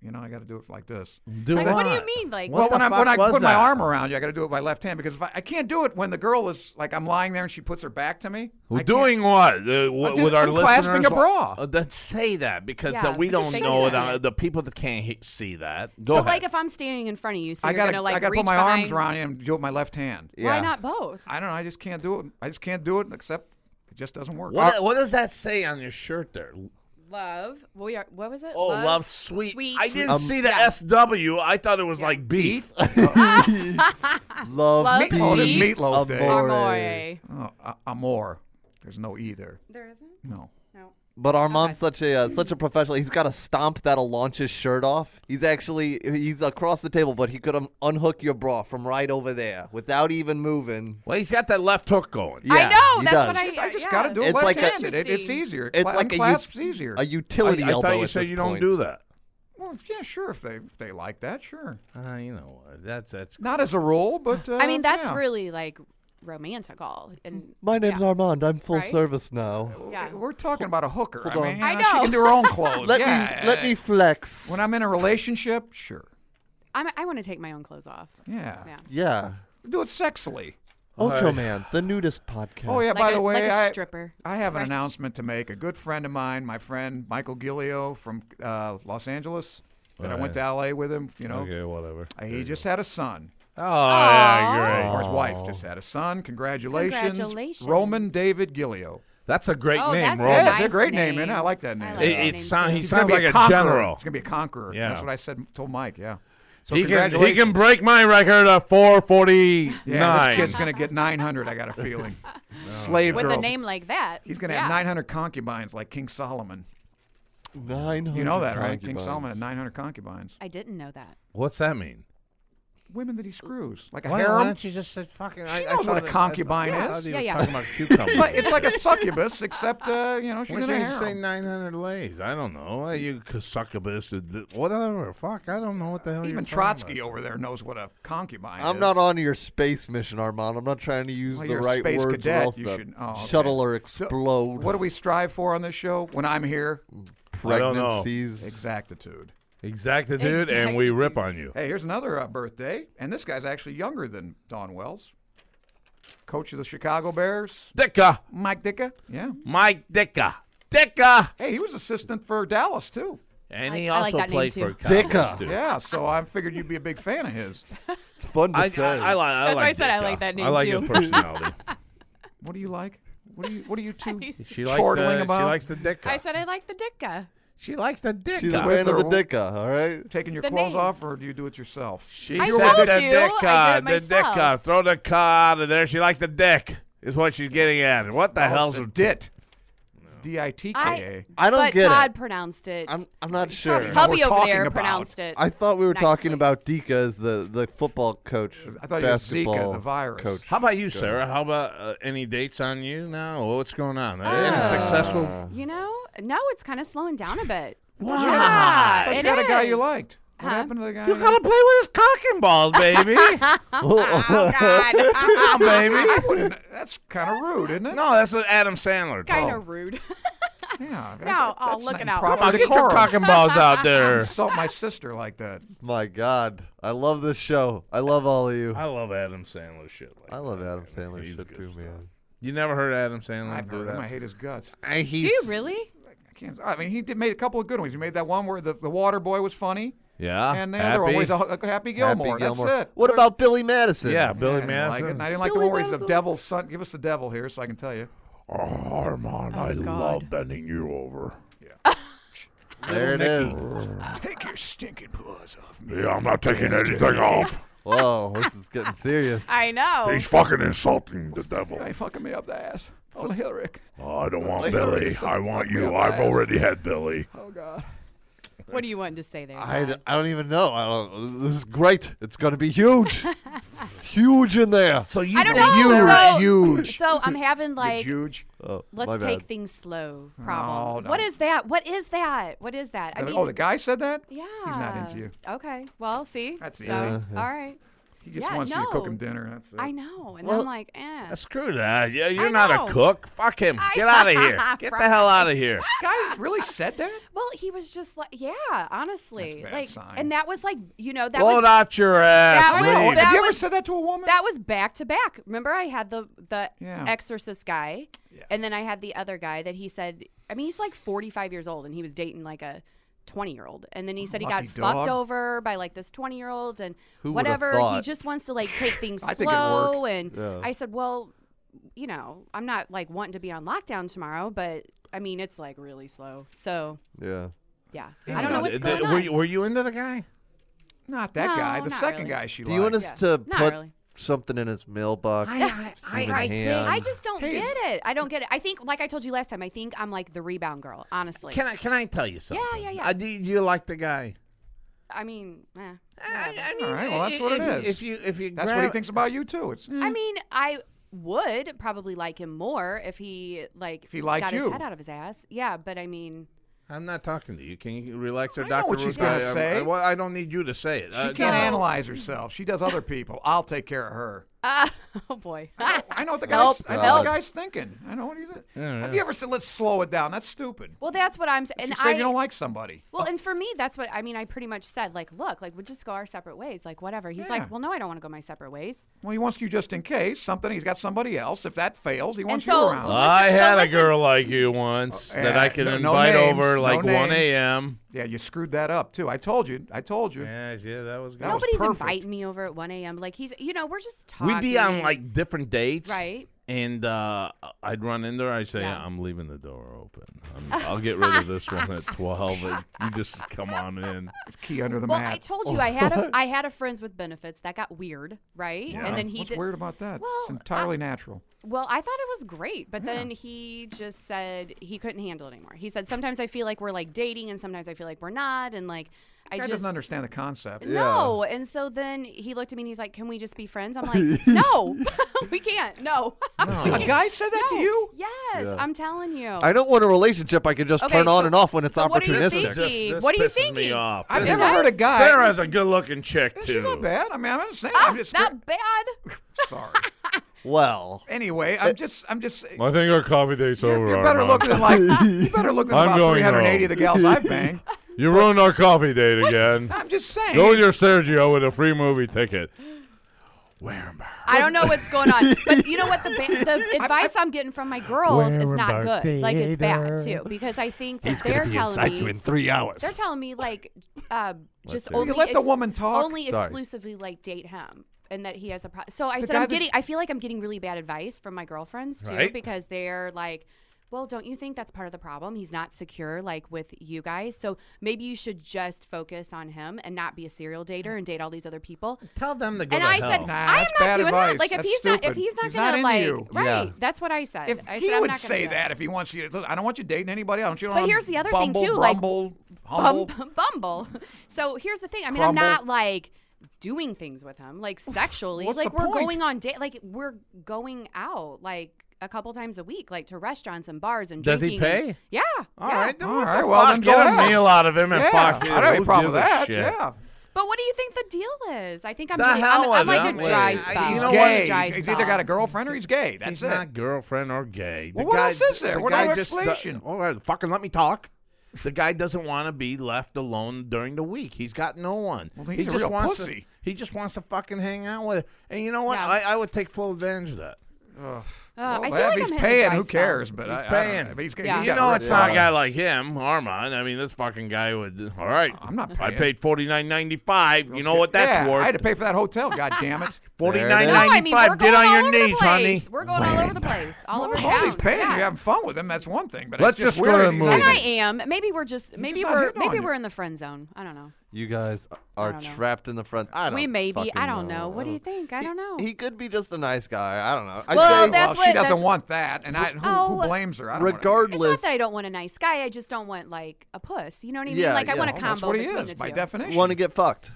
you know, I got to do it like this.
Mm-hmm.
Do
Like, what do you mean? Like,
well, when I when I
was
put my
that?
arm around you, I got to do it with my left hand because if I, I can't do it when the girl is like I'm lying there and she puts her back to me. I
Well,
can't-
doing what? Uh, wh-
just-
with our
I'm
listeners,
clasping a bra.
Uh, then say that because
Yeah,
uh, we
but
don't
just
know
say
it.
that.
Uh, the people that can't he- see that. Go
so,
ahead.
like, if I'm standing in front of you, so
I
you're
got to
gonna like
I got to
reach
put my
behind,
arms around you and do it with my left hand.
Why
Yeah.
not both?
I don't know. I just can't do it. I just can't do it except it just doesn't work.
what, what does that say on your shirt there?
Love. We are. What was it?
Oh, love,
love
sweet.
sweet.
I didn't
Um,
see the
yeah.
SW. I thought it was like beef.
Love,
Love
peace,
Meat-
oh, it is meatloaf day.
amore.
Amore.
Oh, a- amor. There's no e there.
There isn't.
No.
But Armand's such a uh, such a professional. He's got a stomp that'll launch his shirt off. He's actually he's across the table, but he could um, unhook your bra from right over there without even moving.
Well, he's got that left hook going.
Yeah,
I know.
he
That's
does.
what I.
I just
yeah.
got to do it
It's
left
like a-
handed. It, it's
Interesting.
easier.
It's
Cla-
like a
clasps
u-
easier.
A utility
I, I
elbow.
thought you
at
said
this
you
point.
don't do that.
well, yeah, sure. If they if they like that, sure.
Uh, you know, uh, that's that's.
Not as a rule, but uh,
I mean, that's
yeah.
really like romantic all. And
My name's
yeah.
Armand. I'm full
Right?
service now.
Yeah.
We're talking about a hooker. I
Hold
mean,
on.
I
you
know.
She can do her own clothes.
Let
yeah.
me let me flex.
When I'm in a relationship, sure.
I'm, I want to take my own clothes off.
Yeah.
Yeah.
yeah,
Do it sexily.
Ultra Man, the nudist podcast.
Oh yeah.
Like
by
a-
the way,
like a
I-
stripper,
I have
correct?
an announcement to make. A good friend of mine, my friend Michael Gilio from uh, Los Angeles, that I went to LA with him. You know,
Okay, whatever.
Uh, he just had a son.
Oh yeah, great.
Or his wife just had a son. Congratulations,
Congratulations.
Roman David Gilio.
That's a great
Oh,
name,
that's
Roman.
a
Yeah, it's a
nice
great name, and I like that
I
name.
like
It-
that
it
name
sound-
too.
he
He's
sounds
gonna be
like a
conqueror.
general.
He's gonna be a conqueror.
Yeah.
That's what I said. Told Mike. Yeah. So
He can, he
congratulations.
can break my record of 449.
Yeah, this kid's gonna get 900. I got a feeling. Slave
With
girls.
a name like that.
He's gonna
yeah.
have 900 concubines like King Solomon.
nine hundred.
You know that, right? King Solomon had 900 concubines.
I didn't know that.
What's that mean?
Women that he screws, like a
Why, why
harem.
don't you just say fucking? I,
She
I
knows what
thought
a
it-
concubine
I thought- I
is.
thought you
Yeah,
were
yeah.
Talking about cucumbers.
It's like, it's like a succubus, except uh, you know she's
Why
in a
can't you say
harem.
900 lays? I don't know. Uh, You c- succubus, uh, th- whatever. Fuck, I don't know what the hell you're
Even
talking
Trotsky
about.
over there knows what a concubine is.
I'm not on your space mission, Armand. I'm not trying to use
Well,
the
you're a
right
space
words
cadet.
or else
You
the
should- oh, okay.
shuttle or
So,
explode.
What do we strive for on this show? When I'm here,
I don't know.
pregnancies?
exactitude.
Exactly, dude, and we rip
Exactitude.
on you.
Hey, here's another uh, birthday, and this guy's actually younger than Don Wells, coach of the Chicago Bears,
Dicka,
Mike Ditka. Yeah.
Mike Dicka, Dicka,
Hey, he was assistant for Dallas too.
and
I-
he
I like
also
that name
played
too.
for
Dicka.
Cowboys, too.
Yeah, so I figured you'd be a big fan of his.
It's fun to
I,
say.
I, I like. I
That's why I
like
said I
Dicka.
like that
I
name,
like
too.
his personality.
What do you like? What do you What do you two?
she likes
Chortling
the. She
about?
likes the Dicka.
I said I like the Dicka.
she likes the Dicka.
She's a
With
fan of the
or-
Dicka, all right?
Taking your
The
clothes
name.
off, or do you do it yourself?
She
I
said
told
the
you,
dick
I
uh,
did it
the dick uh,
myself.
throw the car out of there. She likes the dick, is what she's getting at. What the hell's
it's a
a
dit? It's D I T K A.
I,
I don't
but
get
Todd
it.
pronounced it.
I'm, I'm not
Todd-
sure.
How-
Hubby
we're
over
talking
there
about.
pronounced it.
I thought we were talking
Nicely.
about Dika as the, the football coach.
I thought it was Zika, the
basketball
virus.
Coach.
How about you, Sarah? How about uh, any dates on you now? What's going on? Are you
Oh,
any successful?
you know, no, it's kind of slowing down a bit.
Wow.
Yeah,
But you
it
got a guy you
is.
liked. What
Huh?
happened to the guy?
You gotta play with his cock and balls, baby.
Oh God,
baby. That's kind of rude, isn't it?
no, that's what Adam Sandler.
kind
told.
of rude.
Yeah. that-
No, oh,
that's
look
not
it out.
proper
Come on, get your
decorum.
cock and balls out there.
Insult my sister like that.
My God. I love this show. I love all of you.
I love Adam Sandler shit. Like
I love Adam Sandler
He's
shit
good
too,
stuff.
man.
You never heard Adam Sandler
I've
do
heard
that?
him. I hate his guts.
Do you really?
I can't. I mean, he did, made a couple of good ones. He made that one where the, the water boy was funny.
Yeah.
and they are
Happy?
always a, a Happy Gilmore.
Happy Gilmore.
That's it.
What about Billy Madison?
Yeah, Billy
I didn't like it.
Madison.
And I didn't like
Billy
the worries
Madison.
of devil's son. Give us the devil here so I can tell you.
Oh, I love that.
there it is.
Take your stinking paws off me.
Yeah, I'm not taking anything off.
Whoa, this is getting serious.
I know.
He's fucking insulting the devil.
They fucking me up the ass. Oh, Hillrick.
Oh, I don't want Billy. I want you. I've already had Billy.
Oh, God.
What do you want to say there?
I,
Todd?
d- I don't even know. I don't. This is great. It's gonna be huge. it's huge in there.
So you
I don't know.
Huge.
So, so I'm having like
huge.
Oh, my
let's
bad.
take things slow problem.
no.
What is that? What is that? What is that? I mean,
oh, the guy said that?
yeah.
He's not into you.
Okay. Well, see.
That's
so,
easy.
All right.
He just
Yeah,
wants you to cook him
no.
dinner. That's it.
I know, and
Well,
I'm like, eh.
Ah, Screw that. Yeah, you're
I
not
know.
a cook. Fuck him.
I-
Get out of here. Get the hell out of here.
guy really said that?
Well, he was just like, yeah, honestly,
bad
like,
sign.
and that was like, you know, that
Blow it
was
out your ass.
that was-
Leave.
that
Have you ever
was-
said that to a woman?
that was back to back. Remember, I had the the
Yeah.
Exorcist guy, and then I had the other guy that he said. I mean, he's like 45 years old, and he was dating like a 20 year old, and then he said he got
Lucky
fucked
dog.
over by like this 20 year old, and
Who would've
whatever. He
thought?
just wants to like take things
I think it'd work.
slow, and
Yeah.
I said, well, you know, I'm not like wanting to be on lockdown tomorrow, but I mean, it's like really slow, so
Yeah.
yeah, I don't know what's
Th-
going
th-
on.
Were you, were you into the guy?
not that
No,
guy. The
not
second
really.
guy she
Do you want
liked.
us
Yeah.
to
Not
put
really.
something in his mailbox? Human hand.
I just don't
Hey,
get it. I don't get it. I think, like I told you last time, I think I'm like the rebound girl. Honestly,
Can I can I tell you something?
yeah, yeah.
Uh, do you like the guy?
I mean, eh, whatever.
I, I mean,
All right, well, that's what it
if,
is.
If you if you
That's
grab,
what he thinks about you, too. It's
I mean, I would probably like him more if he like if
he liked
got
you.
his head out of his ass. Yeah, but I mean,
I'm not talking to you. Can you relax, or
I know
Doctor
what she's
Ruth?
gonna
I, I-
say.
I, well, I don't need you to say it.
She
Uh,
can't
no.
analyze herself. She does other people. I'll take care of her.
uh, oh boy,
I know what the
Help,
guy's. I know what the guy's thinking. I know what he's. Have you ever said, "Let's slow it down"? That's stupid.
well, that's what I'm. s- And
You say
I
if you don't like somebody.
Well, and for me, that's what I mean. I pretty much said, like, look, like, we'll just go our separate ways, like, whatever. He's
Yeah.
like, well, no, I don't want to go my separate ways.
Well, he wants you just in case something. He's got somebody else. If that fails, he wants
so-
you around.
so-
I
Listen, so
had a
listen-
girl like you once
Uh,
that
yeah,
I could
no- no
invite
names,
over
no
like 1
names.
a.m.
yeah, you screwed that up too. I told you. I told you.
Yeah, yeah, that was good.
That was
Nobody's
perfect.
inviting me over at 1 a.m. Like, he's, you know, we're just talking.
We'd be on like different dates,
Right.
And uh, I'd run into her. I'd say,
Yeah.
"I'm leaving the door open. I'm, I'll get rid of this one at 12. and you just come on in."
It's key under the
Well,
mat.
I told you I had a I had a friends with benefits that got weird, right? And then he
What's
did.
weird about that?
Well,
it's entirely natural.
Well, I thought it was great, but then he just said he couldn't handle it anymore. He said sometimes I feel like we're like dating, and sometimes I feel like we're not, and like I
Guy
just
doesn't understand the concept.
no. And so then he looked at me and he's like, "Can we just be friends?" I'm like, "No, we can't. No,
A guy said that to
No.
you?
Yes,
Yeah.
I'm telling you.
I don't want a relationship I can just
Okay,
turn on
so-
and off when it's
so what do you
opportunistic.
think? Stinky.
this
What are you
pisses me
thinking?
off.
I've
This-
never heard a guy.
Sarah's a good-looking chick
She's
too.
not bad. I mean, I'm not saying.
Ah,
I'm just
not bad.
sorry.
Well,
Anyway, I'm just. I'm just.
I think our coffee date's
You're, you're better looking than like you better looking than
I'm
about
going
380 of the gals I bang.
You ruined our coffee date again.
I'm just saying.
your Sergio with a free movie ticket.
I don't know what's going on, but you know what? The, ba- the advice I'm getting from my girls is not good. Like it's bad too, because I think that they're telling me
three hours.
they're telling me like uh, just
hear it.
only
You let the
ex-
woman talk?
only
Sorry.
exclusively like date him. And that he has a problem. So I
The
said,
guy
I'm
that-
getting. I feel like I'm getting really bad advice from my girlfriends too,
Right.
because they're like, "Well, don't you think that's part of the problem? He's not secure, like with you guys. So maybe you should just focus on him and not be a serial dater and date all these other people."
Tell them to go
And
to
I
hell.
said,
Nah,
I am
that's
not
bad
doing
advice.
that. Like if
That's
he's not, if
stupid.
he's not
He's not
gonna
into
like,
you.
right?
Yeah.
That's what I said.
If
I
he
said, I'm
would
not gonna
say
do
that, if he wants you to, I don't want you dating anybody. I don't you.
But here's the other thing,
Bumble,
too, like-
Brumble, humble.
Bum- Bumble. So here's the thing. I mean,
Crumble.
I'm not like doing things with him, like sexually.
what's
like
the
we're
point?
going on date. Like we're going out, like a couple times a week, like to restaurants and bars and
Does he
drinking and-
pay?
yeah.
All
yeah.
right, then
All
what
right,
the
well,
fuck?
then go
Get a
ahead.
meal out of him and
yeah,
fuck
I
it.
don't have any
Who
problem with
gives a
that.
shit?
Yeah.
But what do you think the deal is? I think I'm.
The
getting-
hell
I'm, I'm
with
like
him.
a dry
He's
spell.
He's
You know
I'm
gay.
a dry
He's either
spell.
got a girlfriend or he's gay. That's
He's
it.
not girlfriend or gay. The
Well, what
guy-
else is there?
the
What
guy
other
just- the-
explanation?
all right, fucking let me talk. The guy doesn't want to be left alone during the week. He's got no one.
Well,
he
he's a
just
real
wants
pussy.
to. He just wants to fucking hang out with. And you know what?
Yeah.
I, I would take full advantage of that.
Ugh.
Uh, I feel
Well, if
like
he's
I'm
paying,
hypn't
who
enticed,
cares?
though.
But
He's
I, I don't
paying.
know. But he's,
Yeah.
he's
You
got
know,
rid
it's
of
not a
it.
guy like him, Armand. I mean, this fucking guy would. All right,
I'm not
I
paying.
paid forty nine ninety five. You know what that's
yeah, I had to
worth?
pay for that hotel. God damn it!
Forty
There it
nine
is.
No, I mean,
ninety
we're
five. Get
going
on
all
your
over the
knee,
place.
Johnny.
We're going all over the place, all over
Well,
town.
he's paying.
Yeah.
You're having fun with him. That's one thing. But
Let's
it's just
just go to
weird
the
he's
movie.
not
And I
even-
am. Maybe we're just maybe
not
we're
hitting on
maybe
you.
we're in the friend zone. I don't know.
You guys are
don't know.
trapped in the friend. I don't
We may be. I
fucking
don't know. What do you
I don't-
think? I
He-
don't know.
He, could be just a nice guy. I don't know. I'd
Well,
say
that's
well,
what-
she doesn't
that's-
want that, and I, who, who
Oh,
blames her? I don't wanna-
It's not
regardless.
that I don't want a nice guy. I just don't want like a puss. You know what I mean?
Yeah,
like I
yeah.
want a
Well,
combo
That's what he
between
is
the
by
two.
definition.
Want to get fucked?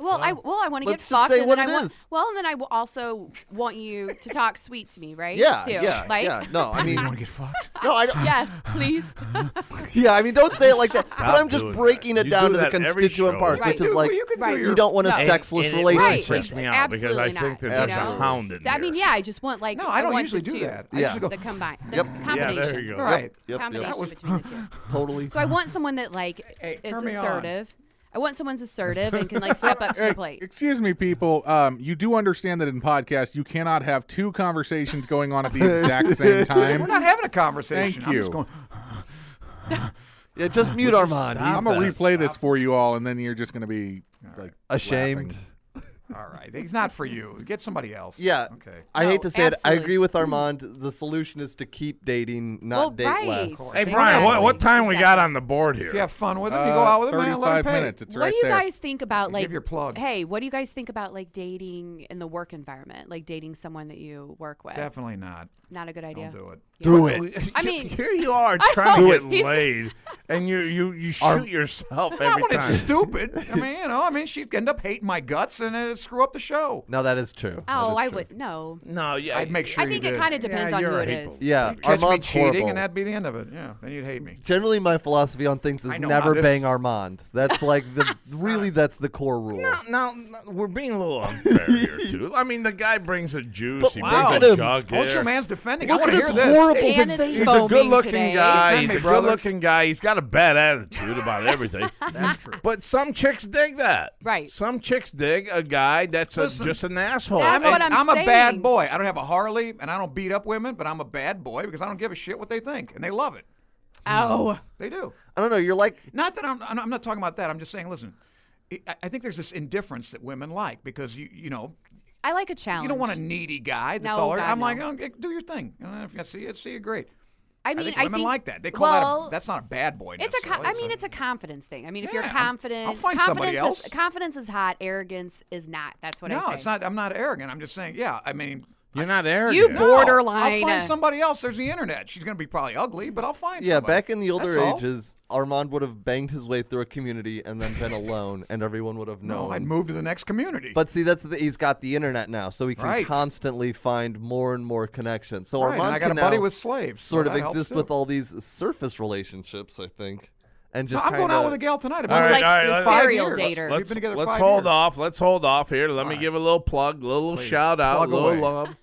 Well, I well I want to get
let's just
fucked.
say
and
what
then
it
I want,
is.
well, and then I w- also want you to talk sweet to me, right?
Yeah,
Too.
yeah,
Like,
yeah. No, I mean,
you want to get fucked?
no, I don't.
Yes, please.
Yeah, I mean, don't say it like that. but I'm just
doing that.
breaking it
You
down
do
to the
that every
constituent
show.
parts,
Right.
which is
Dude,
like
you can do
Right.
your
you don't want a
No.
sexless
And- and it really
Right.
relationship.
freaks me out because
Absolutely
I think
not.
that
You
there's
know?
a hound in
I
there.
mean, yeah, I just want like
No, I don't
want the
usually do
two.
that. I
Yeah.
usually go,
The combine, the
Yep.
combination.
Yeah, there you go.
right.
Yep, yep.
combination
That was-
between the two.
Totally.
So I want someone that like
Hey,
is
turn me on.
assertive. I want someone's assertive and can like step up to
Hey,
the plate.
Excuse me, people. Um, you do understand that in podcasts, you cannot have two conversations going on at the exact same time.
We're not having a conversation.
Thank
I'm just
you.
going,
Yeah, just mute Armand.
I'm
He's
gonna replay this for you all, and then you're just gonna be like
ashamed.
laughing.
all right, he's not for you. Get somebody else.
Yeah.
Okay.
I
No,
hate to say it. I
absolutely.
agree with Armand. The solution is to keep dating, not
Well,
date
right.
less.
Hey, Brian, what, what time we got
Exactly.
on the board here?
If you have fun with him, you
Uh,
go out with him, man. Let him
Thirty-five
pay.
minutes. It's
what
right
do you
there.
guys think about like
give your plug.
Hey, what do you guys think about like dating in the work environment, like dating someone that you work with?
Definitely not.
Not a good idea.
Don't do it.
Do it.
I mean-
here you are
I
trying to
know.
get
He's-
laid, and you you you shoot yourself
Not
every
when it's
time.
stupid. I mean, you know, I mean, she'd end up hating my guts and it'd screw up the show.
Now that is true.
Oh, I would no.
No, yeah,
I'd make sure
I think
you
it
did.
kind of depends
Yeah,
on who
you're
it is.
hateful.
Yeah,
You'd catch me
Armand's
cheating,
horrible.
and that'd be the end of it. Yeah, then you'd hate me.
Generally, my philosophy on things
I
is
know
never
how this-
bang Armand. That's like the really that's the core rule.
Now, now we're being a little unfair here too. I mean, the guy brings a juice, he
look
brings
at
a
him.
jug
What's
here.
your man's defending? I
Look
want
at
to
his
hear this.
horrible.
And it's
He's a
foaming
good-looking
today.
guy.
Defend
He's
me,
a
brother.
good-looking guy. He's got a bad attitude about everything. that's true. But some chicks dig that.
Right.
Some chicks dig a guy that's a,
Listen,
just an asshole.
that's
And-
what I'm
I'm a bad
saying.
boy. I don't have a Harley, and I don't beat up women, but I'm a bad boy because I don't give a shit what they think, and they love it.
Oh,
They do.
I don't know. You're like
Not that I'm. I'm not talking about that. I'm just saying. Listen, I, I think there's this indifference that women like because you you know
I like a challenge.
you don't want a needy guy. That's
No,
all.
God,
I'm
no.
like, oh, g- do your thing. And if you see it, see it, great.
I mean,
think
I
women
think-
like that. They call
well,
that. A, that's not a bad boy.
It's a. co-
necessarily.
I mean, it's a confidence thing. I mean, if you're
Yeah, I'll- I'll
confident,
find
confidence
somebody else.
Is, confidence is hot. Arrogance is not. That's what I
No,
say.
it's not. I'm not arrogant. I'm just saying. Yeah, I mean.
You're not arrogant.
You
no,
borderline.
I'll find somebody else. There's the internet. She's gonna be probably ugly, but I'll find.
yeah.
somebody.
Back in the older
That's all.
ages, Armand would have banged his way through a community and then been alone, and everyone would have known.
No, Oh, I'd move to the next community.
But see, that's the, he's got the internet now, so he can
Right.
constantly find more and more connections. So
Right, and
Armand
I got a
can
buddy
now
with slaves, so
sort of
that helps
exist
too.
with all these surface relationships, I think, and
No,
just
I'm going out
kinda-
with a gal tonight. I've
All
been
right,
Like
all right,
the
let's-
five
serial
years.
dater.
We've
Let's,
been together
let's
five
hold
years.
off. Let's hold off here. Let me
right.
give a little plug, little shout out,
Plug
little
away.
love.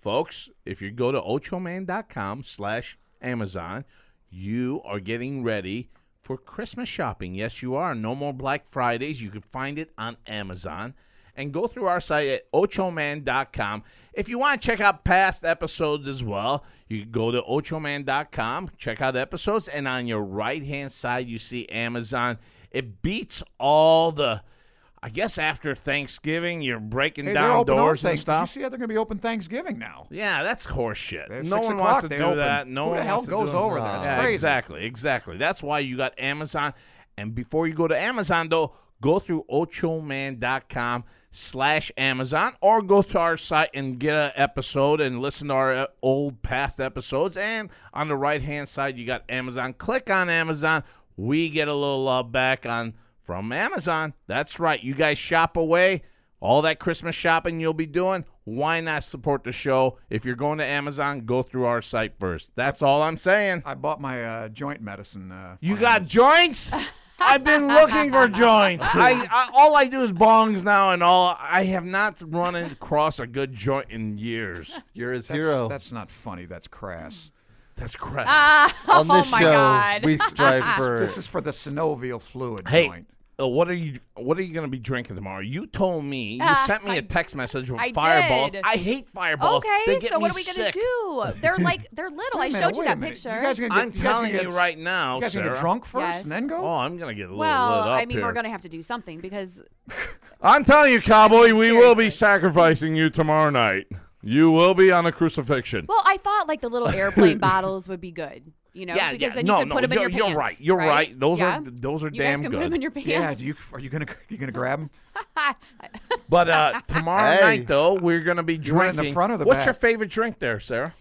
Folks, if you go to ochoman.com slash Amazon, you are getting ready for Christmas shopping. Yes, you are. No more Black Fridays. You can find it on Amazon. And go through our site at ochoman.com. If you want to check out past episodes as well, you can go to ochoman.com, check out episodes, and on your right hand side, you see Amazon. It beats all the, I guess after Thanksgiving, you're breaking
Hey, they're
down
open on
doors and
Thanks-
stuff.
Did you see how they're going to be open Thanksgiving now?
Yeah, that's horse shit.
At
No
six
one
o'clock
wants to
they
do
open.
that. No
Who
one
the hell
wants to
goes
do it.
over that? It's
Yeah,
crazy.
Exactly, exactly. That's why you got Amazon. And before you go to Amazon, though, go through ochoman.com slash Amazon or go to our site and get an episode and listen to our uh, old past episodes. And on the right-hand side, you got Amazon. Click on Amazon. We get a little love back on from Amazon. That's right. You guys shop away. All that Christmas shopping you'll be doing, why not support the show? If you're going to Amazon, go through our site first. That's all I'm saying.
I bought my uh, joint medicine. Uh,
You
plan.
got joints? I've been looking for joints. I, I all I do is bongs now, and all I have not run across a good joint in years.
You're his
That's-
hero.
That's not funny. That's crass.
That's crap.
Ah,
on this
oh my
show,
God.
we strive for
This is for the synovial fluid
Hey,
joint.
uh, what are you What are you going to be drinking tomorrow? You told me you
Ah,
sent me a
I-
text message with
I
fireballs.
did.
I hate fireballs. They
Okay,
get
so what
me
are we
sick.
gonna do? They're like they're little.
Wait a
I showed
minute,
you
wait a
that
minute.
picture.
You guys are gonna get,
I'm
you guys are
telling
gonna
you
get-
right now,
You guys are gonna
Sarah.
get drunk first
Yes.
and then go?
Oh, I'm going to get a little
well,
lit up
I mean,
here.
we're gonna have to do something because
I'm telling you, cowboy, we will be
Seriously.
sacrificing you tomorrow night. You will be on a crucifixion.
well, I thought like the little airplane bottles would be good. You know,
yeah,
because
yeah.
then
no,
you could
no,
put them in
you're,
your
you're
pants.
right. You're right. Those
Yeah?
are those are
you
damn
guys can
good.
put them in your pants.
yeah, do you are you gonna you gonna grab him?
But uh, tomorrow
Hey.
night, though, we're gonna be
You want it
drinking.
in the front or the
What's
back?
your favorite drink there, Sarah?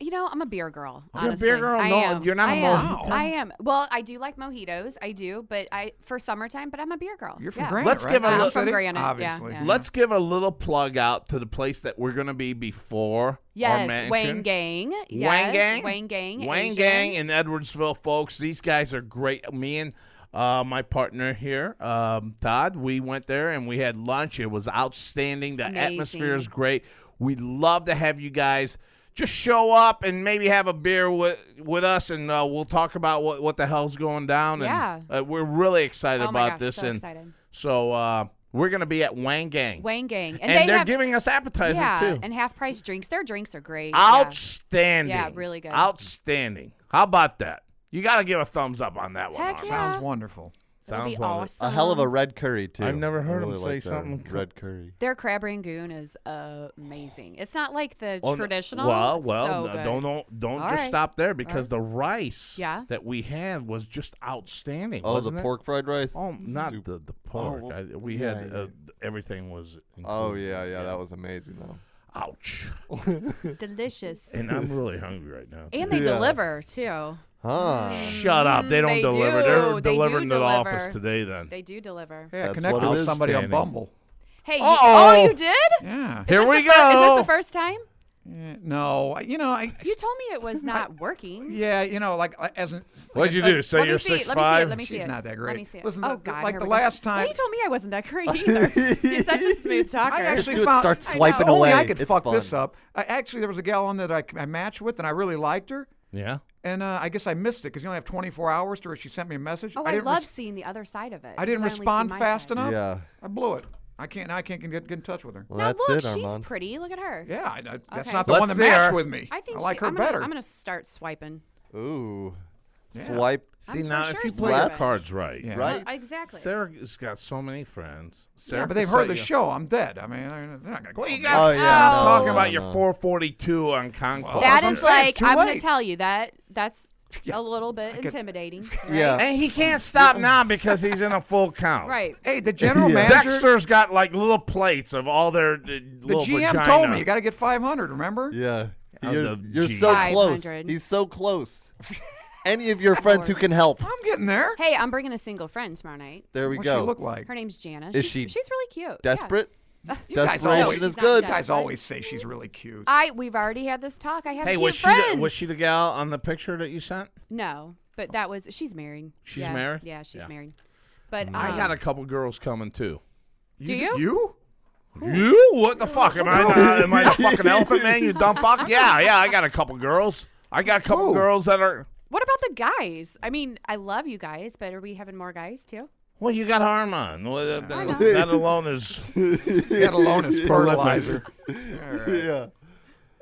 You know, I'm a beer girl.
a beer
Honestly.
girl?
I
No,
am.
you're not
I
a
am.
mojito.
I am. Well, I do like mojitos. I do, but I for summertime. But I'm a beer girl.
You're from
yeah.
Granite,
Let's
right?
give a
Kansas
look- I'm
from
City?
Granite, yeah,
Obviously.
yeah.
Let's give a little plug out to the place that we're gonna be before. our
Yes,
mansion.
Wayne Gang. Yes,
Wang Gang.
Wayne Gang.
Wang
Asian.
Gang in Edwardsville, folks. These guys are great. Me and uh, my partner here, um, Todd, we went there and we had lunch. It was outstanding. the
amazing.
atmosphere is great. We'd love to have you guys just show up and maybe have a beer with, with us and uh, we'll talk about what, what the hell's going down. And, uh, we're really excited
Oh my
about
gosh,
this.
so
and
excited.
so uh, we're going to be at Wang Gang.
Wayne Gang. And,
and
they
are
have,
giving us appetizers
yeah,
too.
and half price drinks. Their drinks are great. yeah.
Outstanding.
Yeah, really good.
Outstanding. How about that? You got to give a thumbs up on that one.
Heck
Arnold.
yeah.
Sounds wonderful.
It'll be
Sounds wonderful.
awesome.
A hell of a red curry too.
I've never
I
heard 'em
really
say
like that
something co-
Red curry.
Their crab rangoon is amazing. It's not like the
Oh, no.
traditional.
Well,
it's
well,
so
no,
good.
don't don't, don't
All
just
right.
stop there because the rice
Yeah.
that we had was just outstanding.
Oh,
wasn't
the
it?
pork fried rice.
Oh, not
Soup.
the the pork.
well,
I- we
yeah,
had
yeah.
uh, everything was. Included.
Oh yeah, yeah, that was amazing
Mm.
though.
Ouch.
Delicious.
and uh, I'm really hungry right now.
And they deliver too.
Huh?
Shut up! They don't
they
deliver.
do.
They're
They do
delivering to the office
deliver.
today. Then
They do deliver.
Yeah,
That's
connect
what it
with
is,
somebody on
Standing.
Bumble.
Hey, you,
Uh-oh.
oh, you did?
Yeah.
here
Is this
we
the fir- is this
go.
the first time?
Yeah, No, I- you know, I
You told me it was not working.
yeah, you know, like I- as an
What'd you
like,
do? Say
let me
you're
see. it,
six
Let me see it.
five.
Let me see
She's
it.
not that
Let
great.
me see it.
Listen,
oh
the-
God!
like
here
the
we go.
last
Well,
time-
he told me I wasn't that great either. He's such a smooth talker.
I
Just
actually
do it.
found-
Start
I know.
swiping
If
only
away.
I could
It's
fuck
fun.
this up. I, actually, there was a gal on there that I, I matched with, and I really liked her.
Yeah.
And uh, I guess I missed it because you only have 24 hours to her. She sent me a message.
oh,
I
I,
didn't
love
res-
seeing the other side of it.
I didn't
'cause only see
respond
my
fast
side.
enough.
Yeah.
I blew it. I can't. I can't get, get in touch with her.
Well,
Now
that's
look,
it,
she's
Armand.
pretty. Look at her.
Yeah, I, I, that's
Okay.
not the
Let's
one that
see her.
matched with me.
I think
like
she,
her
I'm
better.
Gonna, I'm gonna start swiping.
Ooh. Swipe.
See
I'm for
now,
sure
if you
she's
play
left.
your cards right,
Yeah.
Right.
Well, exactly.
Sarah's got so many friends. Sarah,
yeah, but
can
they've
set
heard the
you-
show. I'm dead. I mean, they're they're not gonna go.
Well, you
out.
got
Oh,
to
yeah,
stop
no,
talking
no,
about your
no.
442 on Conquest.
that
I'm
is
saying it's
like
too
I'm gonna
late.
tell you that that's
Yeah.
a little bit
get-
intimidating.
Yeah.
and he can't stop now because he's in a full count.
Right.
hey, the general manager,
Dexter's got like little plates of all their uh,
the
little
GM
vagina.
told me you got to get 500. Remember?
Yeah.
Oh,
You're,
the
you're
G.
so close.
500.
He's so close. Any of your friends who can help.
I'm getting there.
Hey, I'm bringing a single friend tomorrow night.
There we
What
go.
she look like?
Her name's Jana.
Is
she's,
she
She's really cute. yeah.
Desperate?
guys
Desperation
always-
is
She's not
good.
You guys
Right.
always say she's really cute.
I we've already had this talk. I have
Hey,
cute
was she
friends.
the, was she the gal on the picture that you sent?
No, but that was she's married.
She's
Yeah,
married?
Yeah, she's
Yeah.
married. But um,
I got a couple girls coming too.
do you?
You?
You? What the fuck? Am I uh, am I the fucking elephant man? You dumb fuck? Yeah, yeah. I got a couple girls. I got a couple
Who?
girls that are.
What about the guys? I mean, I love you guys, but are we having more guys too?
Well, you got Armand. Well, that, that, that alone is
That alone is fertilizer.
Yeah.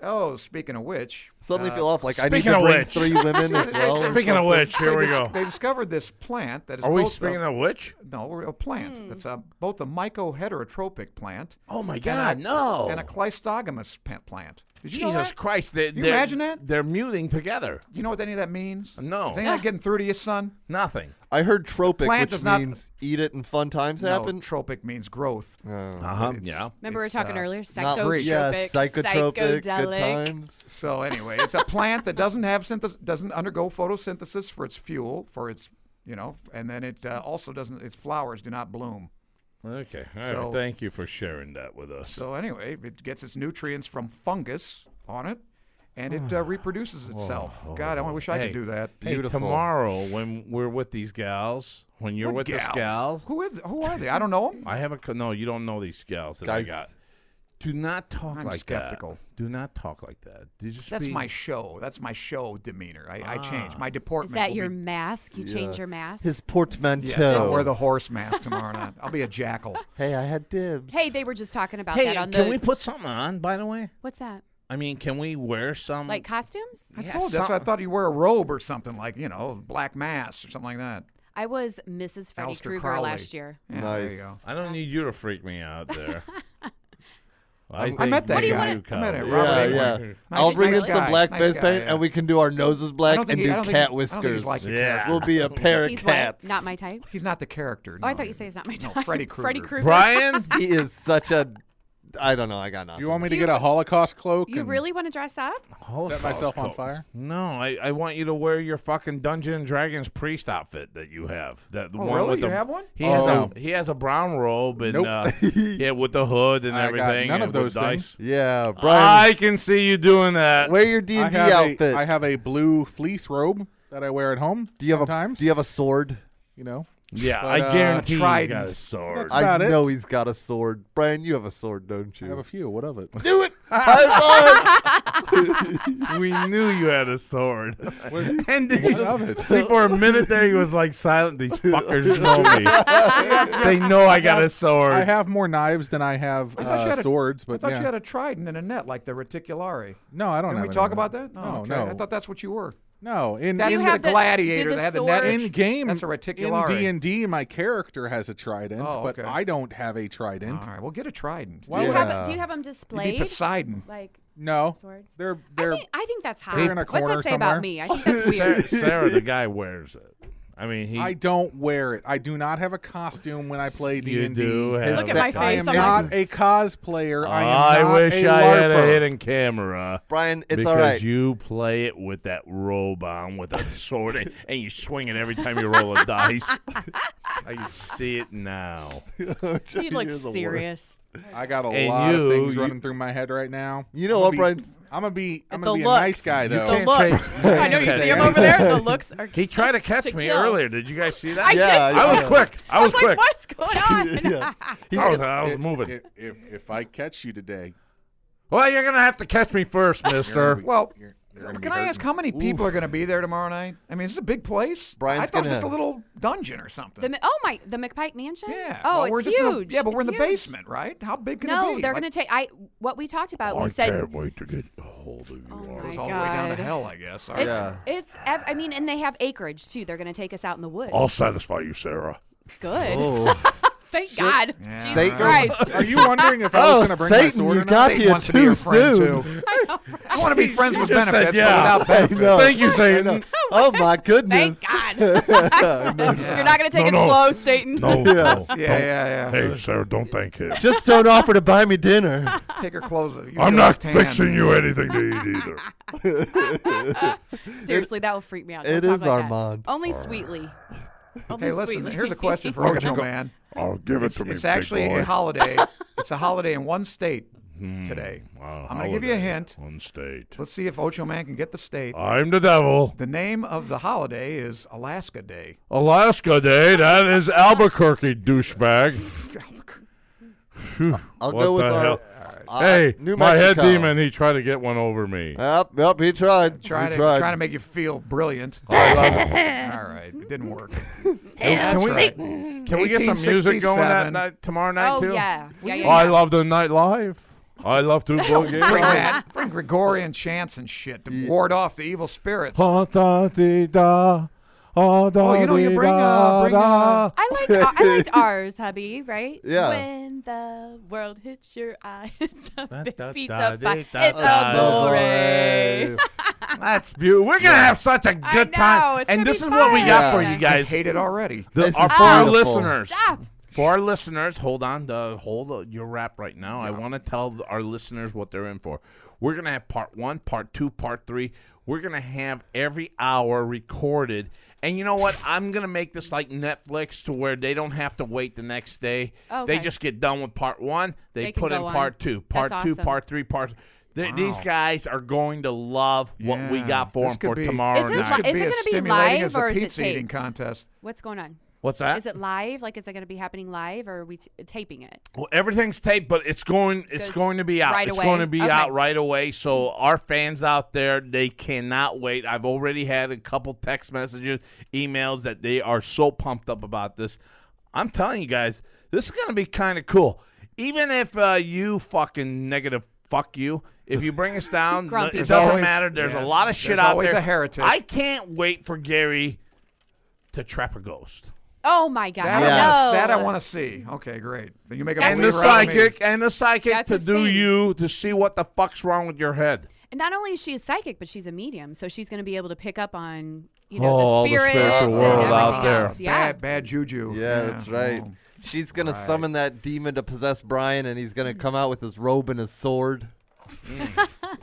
Oh, speaking of which,
Suddenly feel off like I need
speaking
to
of
bring
which.
three women as well.
Speaking of which, here
they
we
dis-
go.
They discovered this plant that is.
Are we
both
speaking
a,
of which?
No, we're a plant. That's a, both a mycoheterotropic plant.
Oh my God,
and a-
no.
And a cleistogamous pa- plant. Did you know
Jesus
that?
Christ! They,
you
they're-
imagine that?
They're muting together.
You know what any of that means?
No.
Is any of that getting through to you, son?
Nothing.
I heard tropic,
Plant
which
does not-
means eat it and fun times
No,
happen. Oh.
tropic means growth.
Uh huh.
It's-
Yeah.
Remember we were
it's,
talking
uh,
earlier,
Not
psychotropic,
yeah, psychotropic, good
psychedelic.
times.
So anyway, it's a plant that doesn't have synthes- doesn't undergo photosynthesis for its fuel, for its you know, and then it uh, also doesn't. Its flowers do not bloom.
Okay. All right.
So-
Thank you for sharing that with us.
So anyway, it gets its nutrients from fungus on it, and it uh, reproduces itself. God, I wish I
Ah. Hey.
could do that.
Hey,
Beautiful.
tomorrow when we're with these gals, when you're
What
with these gals,
Who is? Who are they? I don't know them.
I have a co- no. You don't know these gals that I
Guys.
got. Do not talk
I'm
like
skeptical.
that. Do not talk like that. Did you
That's
speak-
my show. That's my show demeanor. I, I change. My
Is
deportment.
that
will
your
be-
mask? You change your mask?
His portmanteau.
I'll wear the horse mask tomorrow night. I'll be a jackal.
hey, I had dibs.
hey, they were just talking about
Hey,
that on
can
the.
we put something on? By the way,
what's that?
I mean, can we wear some?
Like costumes?
I
Yeah,
told you. That's why I
something.
thought you wear a robe or something like you know black mask or something like that.
I was Mrs. Freddy
Aleister
Krueger
Crowley.
last year.
Yeah, There you
Nice.
go.
I don't need you to freak me out there. I,
I
think
met that
do you
guy.
wanna-
I met
Kyle.
him.
yeah,
Robert England.
yeah.
Nice-
I'll bring
nice
in some
guy,
black
nice
face
guy,
paint,
yeah.
and we can do our noses
I
black
don't
and
think
do
he- I don't think-
cat
I don't think
whiskers.
he's like your
Yeah.
character.
We'll be a pair of
He's
cats.
what? Not my type.
He's not the character.
Oh, I
no.
thought you said he's not my
No,
type.
Freddy
Freddy Krueger.
Krueger.
Brian,
he is such a. I don't know. I got nothing.
You want me
Do
to
you-
get a Holocaust cloak?
You
and
really want to dress up?
set myself on fire?
No, I, I want you to wear your fucking Dungeon and Dragons priest outfit that you have. That the
Oh,
one
really?
with the
You have one?
He has
Oh.
a he has a brown robe and
Nope.
uh, yeah, with the hood and
I got
everything.
none
and
of those
with dice.
Yeah, Brian.
I can see you doing that.
wear your D
I
and D
have,
outfit.
a, I have a blue fleece robe that I wear at home.
do you have a
sometimes,
Do you have a sword?
you know,
yeah,
But,
I
uh,
guarantee you got
trident.
a sword.
That's about
I
it.
know he's got a sword. Brian, you have a sword, don't
I have
you?
a few. What of it?
do it. High five!
we knew you had a sword. and did
What
you
of it?
see for a minute there? He was like silent. These fuckers know me. they know I got a sword.
I have more knives than I have
I thought you
uh,
had a-
swords, but
I thought
yeah.
you had a trident and a net like the reticulari.
no, I don't.
Can
have
we
any
talk
of
about that?
No,
okay.
no.
I thought that's what you were.
no. In
That's
you
in,
the
have the-
gladiator
did the
that had the net.
sword-
in game,
That's a reticulari.
In D and D, my character has a trident,
Oh, okay.
but I don't have a trident.
All right, well, get a trident.
Do you, have,
Yeah.
do you have them
You'd be
displayed?
Poseidon.
Like,
No,
Swords?
they're
I
they're
think, I think that's hot.
they're in a
What's
corner
that say
somewhere.
about me? I think that's
Sarah,
weird.
Sarah, the guy wears it. I mean, he.
I don't wear it. I do not have a costume when I play D
you
and
do
D.
have
Look at my
that.
face.
I am
I'm
not
like-
a cosplayer. I
I
am not
wish
a
I had a
larper.
hidden camera.
Brian, it's
because
all right.
you play it with that robe on with a sword and, and you swing it every time you roll a dice. I can see it now.
he looks serious.
I got a
And
lot
you-
of things
you-
running through my head right now.
You know
I'm
what,
gonna
Brian?
be- I'm gonna be I'm
The
gonna be a
looks.
nice guy though.
The looks. I know you see him over there. The looks are.
He tried to catch
to
me
kill.
earlier. Did you guys see that?
I
Yeah,
did-
yeah.
I was quick. I
I
was
was like,
quick.
what's going on?
I was, I was
If-
moving.
If, if if I catch you today,
well, you're gonna have to catch me first, Mister.
Well, uh,
You're- you're gonna be
can I ask
hurting.
how many people are going to be there tomorrow night? I mean, is this a big place?
Brian's
I thought
gonna-
just a little dungeon or something.
The, Mi- oh my, the McPike Mansion.
yeah.
Oh,
well, we're
it's
just in a-
huge.
yeah, but we're in the
It's huge.
basement, right? How big can it
No,
be?
they're
Like,
gonna take. I what we talked about.
I
we said
can't wait to get a hold of you.
Oh
all.
my
It's all the way down to
God.
hell, I guess. All
It-
right.
Yeah.
It's. ev- I mean, and they have acreage too. They're gonna take us out in the woods.
I'll satisfy you, Sarah.
Good.
Oh,
Thank God. Jesus
Thank
Christ.
Are you wondering if I was
oh
gonna bring my
Satan,
sword?
you
or not?
got
Satan
here
wants to be
too
your friend
soon.
too. I want to be friends with
just said
benefits,
yeah.
but without benefits.
No.
Thank you, Satan.
Oh my goodness.
Thank God. You're not gonna take
No, no.
it slow, Satan.
No,
Yes.
no.
Yeah, yeah, yeah.
Hey, Sarah, don't thank him.
Just don't offer to buy me dinner.
Take her clothes. off. You
I'm
do
not
tan.
fixing you anything to eat either.
Seriously, that will freak me out. Don't
it
talk
is
like that.
Armand.
Only sweetly. Only
Hey, listen.
sweetly. Oh,
Here's a question for
We're gonna
Ocho
go-
Man.
I'll give it
It's,
to me.
it's actually
big boy. Hmm.
a holiday. it's a holiday in one state today.
Wow,
I'm going to give you a
holiday.
hint.
One state.
Let's see if Ocho Man can get the state.
I'm the devil.
The name of the holiday is Alaska Day.
Alaska Day. That is Albuquerque, douchebag. Phew,
I'll
what
go with
the
our.
hell?
uh,
Hey,
New
my head
Mexico.
demon. He tried to get one over me.
Yep, yep, he tried.
Trying
he
to
tried. Oh,
trying to make you feel brilliant. All right, it didn't work.
can we,
right.
can we get some music going that
1867.
night tomorrow night
Oh
too?
yeah. Yeah, yeah,
Oh, I
yeah.
love the nightlife. I love to
Bring
boogie.
that. Bring Gregorian chants and shit to ward off the evil spirits.
Pa-ta-dee-da,
Oh, you know you bring uh, bring uh,
I liked I liked ours, hubby, right?
Yeah.
When the world hits your eye, it's a big
da,
piece
da,
of
da,
pie.
da,
It's
da,
a
da,
bore.
That's beautiful. We're gonna have such a
I
good
know,
time,
it's
and
gonna
this
be
is what we
fun.
got for
Yeah.
you guys.
hate it already.
The-
This
our-
is
for our
beautiful.
listeners,
Stop.
for our listeners, hold on, the, hold uh, your wrap right now. I want to tell th- our listeners what they're in for. We're gonna have part one, part two, part three. We're gonna have every hour recorded, and you know what? I'm gonna make this like Netflix, to where they don't have to wait the next day.
Okay.
They just get done with part one. They,
They can
put in
go on.
part two, part
That's
two,
awesome.
part three, part. Th- These guys are going to love what we
Yeah,
got for
this
them for
could be-
tomorrow
Is it
night.
like-
Could
Is
be
it
as
gonna be
stimulating
live
as
or
a
is it
pizza eating
taped?
contest.
What's going on?
What's that?
Is it live? Like, is it going to be happening live, or are we t- taping it?
Well, everything's taped, but it's going it's
Goes
going to be out.
right
it's
away.
going to be
Okay.
out right away. So our fans out there, they cannot wait. I've already had a couple text messages, emails that they are so pumped up about this. I'm telling you guys, this is going to be kind of cool. Even if uh, you fucking negative fuck you, if you bring us down,
Grumpy.
it
There's
doesn't
always-
matter. There's a
yes,
lot of shit
there's
out
always
there.
a heretic.
I can't wait for Gary to trap a ghost.
Oh my God!
That,
no.
I wanna, that I want to see. Okay, great. Then you make a
and the
believer out of me.
psychic and the psychic
That's
to
his
do
thing.
you to see what the fuck's wrong with your head.
And not only is she a psychic, but she's a medium, so she's going to be able to pick up on you know
Oh,
the
the
spirits
spiritual
and
world
everything
out there.
else. Yeah.
Bad, bad juju.
Yeah, that's right.
Oh.
She's gonna summon that demon to possess Brian, and he's gonna come out with his robe and his sword.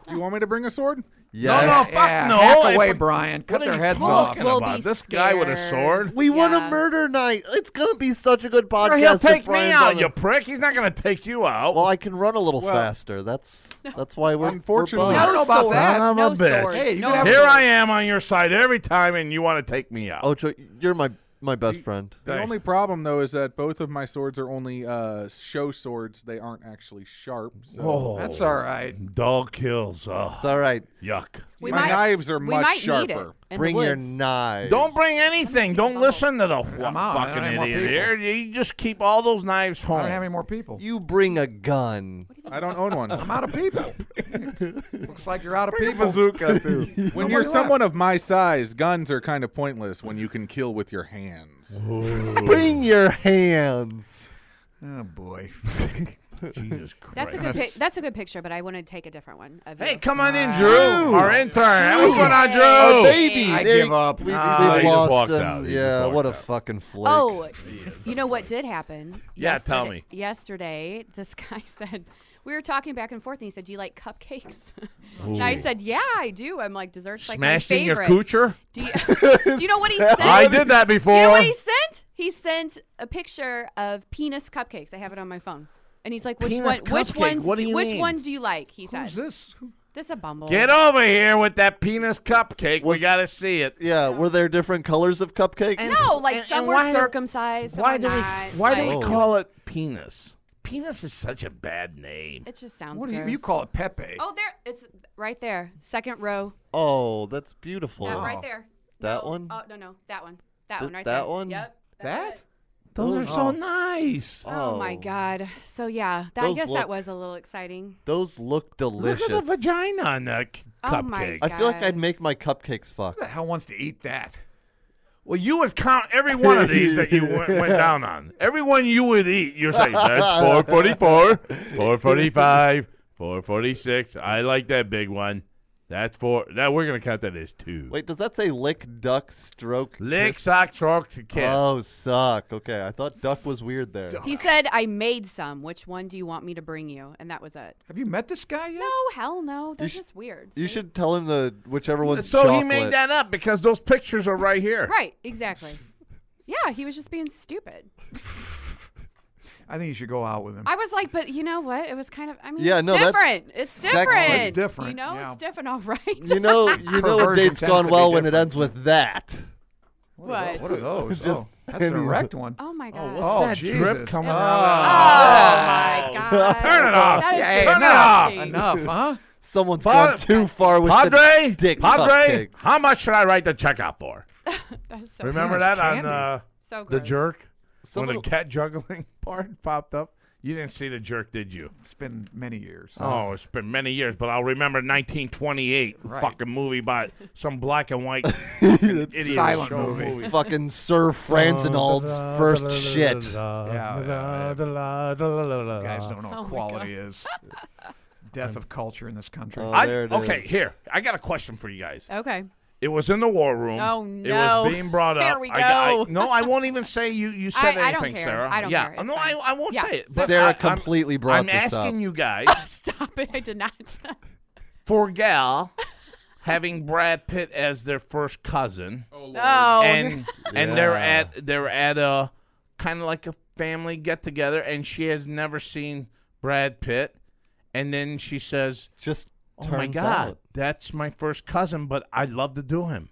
You want me to bring a sword?
Yeah.
No, no, fuck
Yeah,
no.
Hack
If
away,
we-
Brian. Cut
are
their
you
heads
talking
off.
We'll
about?
be
this guy with a
scared.
sword.
We want
Yeah.
a murder night. It's gonna be such a good podcast.
He'll
if
take me
Brian's
out,
on
you
it.
prick. He's not gonna take you out.
Well, I can run a little
Well,
faster. That's that's why we're
unfortunately-
We're
I don't know
buzzed.
about that.
Son
no
of a bitch.
swords.
Hey, you
no
can have-
Here
swords.
I am on your side every time, and you want to take me
Oh,
out.
Ocho, you're my my best friend.
The only problem though is that both of my swords are only uh, show swords. They aren't actually sharp. So
oh,
That's all right.
dog kills. Oh,
It's all right.
yuck.
We
my
might,
knives are
we
much
might need
sharper.
it in
Bring
the
your
woods.
knives.
Don't bring anything. Don't listen to the wha-
I'm out. I
fucking
don't have more
idiot here.
people.
You just keep all those knives
I don't have
home.
any more people.
You bring a gun.
I don't own one.
I'm out of people. Looks like you're out of people.
Bazooka too.
when you're
Nobody
someone of my size, guns are kind of pointless when you can kill with your hands.
Bring your hands.
Oh boy.
Jesus Christ.
That's a good. Pic- that's a good picture, but I want to take a different one. Of
Hey,
you.
come on in, Drew, our intern. What's going on, Drew?
Oh,
Our
Baby,
I
there
give
Ah, you-
up.
We,
Nah,
we've
he just
lost
walked
him.
out. He just
Yeah,
walked
what a
out.
fucking flick.
Oh, you know what did happen?
Yeah, tell
Yesterday- Yesterday, this guy said we were talking back and forth, and he said, "Do you like cupcakes?" and I said, "Yeah, I do. I'm like desserts,
Smashed
like
in
my
your
favorite."
coocher?
Do you, do you know what he sent?
I did that before.
You know what he sent? He sent a picture of penis cupcakes. I have it on my phone. And he's like, which
Penis
one? Which
cupcake?
ones?
What do you
which
mean?
ones do you like? He
Who's
said,
this?
"This is a bumble."
Get over here with that penis cupcake. we
Was-
got to see it.
Yeah, were there different colors of cupcake?
No, like
And-
some
and
were
why-
circumcised. Some
Why
were
do we
not.
why do we
Like,
Oh.
call it penis? Penis is such a bad name.
It just sounds.
What do you,
gross.
you call it, Pepe?
Oh, there. It's right there. Second row.
Oh, that's beautiful.
That right there.
That
No,
one?
Oh no no that one. That
Th-
one right
that
there.
one?
Yep.
That?
it.
Those are so
Oh.
nice.
Oh, my God. So yeah, that, I
Those
guess
look
that was a little exciting.
Those look delicious.
Look at the vagina on that c-
Oh my
cupcake.
I feel like
God.
I'd make my cupcakes fuck.
Who the hell wants to eat that?
Well, you would count every one of these that you went, went down on. Every one you would eat, you're saying, that's 444, 445, 446. I like that big one. That's four. That We're going to count that as two.
Wait, does that say lick, duck, stroke?
Lick,
kiss?
sock, stroke, to kiss.
Oh, suck. Okay, I thought duck was weird there.
He said, "I made some. Which one do you want me to bring you?" And that was it.
Have you met this guy yet?
No, hell no. They're
sh-
just weird.
You
see?
should tell him the whichever one's
so he
chocolate.
made that up because those pictures are right here.
Right. Exactly. Yeah, he was just being stupid.
I think you should go out with him.
I was like, but you know what? It was kind of. I mean,
Yeah,
it's
no, that's
different. It's
sexy.
different.
It's different,
You know,
yeah.
it's different. All right.
You know, you know a
Perversion tends
date's
to
gone
be
well when it
different.
ends with that.
What?
What?
are those? oh, that's an erect one.
oh my god.
Oh,
that
Jesus.
drip coming
Oh,
out?
my god.
Turn it off.
Oh. That is
Oh. Hey,
Turn it off.
disgusting.
Enough, huh?
Someone's
Pa-
gone too far with
Padre,
the dick
Padre,
cupcakes.
how much should I write the check out for?
That is so
Remember
gross.
that on
candy.
uh,
So
the
gross.
jerk
Some
when
of
the
the-
cat juggling part popped up. You didn't see the jerk, did you?
It's been many years.
Oh, it's been many years, but I'll remember 1928 fucking movie by some black and white fucking idiot
Silent
show
movie.
Fucking Sir Franzenald's first shit.
Yeah, yeah, You guys
Guys,
don't know
Oh
what
my
quality is. Death of culture in this country.
Oh,
I,
there it
okay,
is.
here I got a question for you guys.
Okay.
It was in the war room.
Oh,
It
no.
was being brought up.
There we
I got- I-
go.
no, I won't even say you. You said
I- I
anything,
don't care.
Sarah.
I don't
yeah.
care. It's
No, I,
fine.
I won't
Yeah.
say it. but I-
Sarah
I'm-
completely brought
I'm
this
asking
up.
you guys
Stop it. I did not.
for a gal having Brad Pitt as their first cousin,
oh.
and and they're
Yeah.
at they're at a kind of like a family get together, and she has never seen Brad Pitt, and then she says,
Just
"Oh
turns
my God,
out.
that's my first cousin, but I'd love to do him."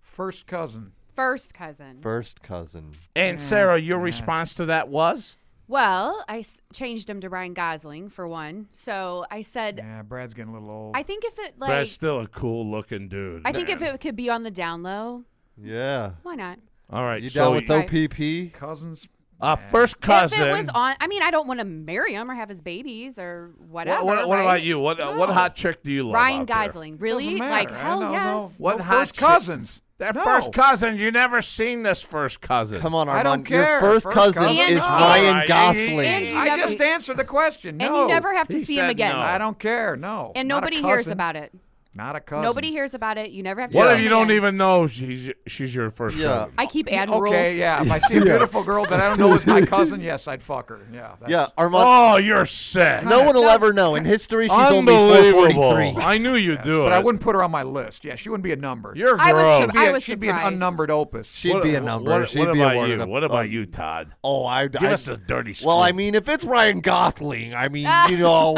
First cousin.
First cousin.
First cousin.
Mm,
And Sarah, your response to that was?
Well, I s- changed him to Brian Gosling for one. So I said,
Yeah, Brad's getting a little old.
I think if it like,
Brad's still a cool looking dude.
I think if it could be on the down low,
Yeah.
why not?
All right.
You
so
down with
you-
OPP?
Cousins.
uh, first cousin.
If it was on, I mean, I don't want to marry him or have his babies or
what,
whatever.
what, what
right?
about you? What uh, what hot chick do you love?
Ryan
out there?
Gosling, really?
Doesn't matter.
Like
I
hell
don't
yes.
know.
What
No,
hot
first
shit?
cousins?
That
No.
first cousin, you never seen this first cousin.
Come on, Armand.
I don't care.
Your first,
First
cousin
cousin.
is
And-
Ryan
Alright,
Gosling.
and you-
I
never-
just answered the question.
And
no.
you never have to
He
see him
said
again.
no.
I don't care. No.
And
Not a
nobody hears
cousin.
about it.
Not a cousin.
Nobody hears about it. You never have to.
What
see
if
him
you don't
again.
even know she's she's your first
Yeah.
cousin?
I keep adding rules.
Okay, yeah. If I see a beautiful girl that I don't know is my cousin, yes, I'd fuck her. Yeah. that's-
yeah, Armand.
Oh, you're sick.
no one will ever know. In history, she's only
Unbelievable.
443.
I knew you'd do it.
But I wouldn't put her on my list. Yeah, she wouldn't be a number.
You're
I was
gross.
surprised.
She'd be,
I
a-
was
she'd be an
surprised.
unnumbered opus.
She'd be a number.
What,
She'd
what
be
about
awarded
you?
a-
what about
um,
you, Todd?
Oh, I.
Give
I
us a dirty.
well, I
scoop.
mean, if it's Ryan Gosling, I mean, you know,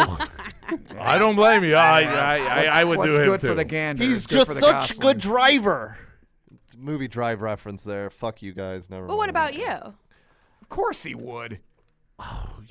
I don't blame you. I I, I, I would
What's
do him
good
too.
for the gander? is
he's
good
just
for the
such a
gosling.
good driver. Movie drive reference there. Fuck you guys. Never.
But what
mind.
about you?
Of course he would.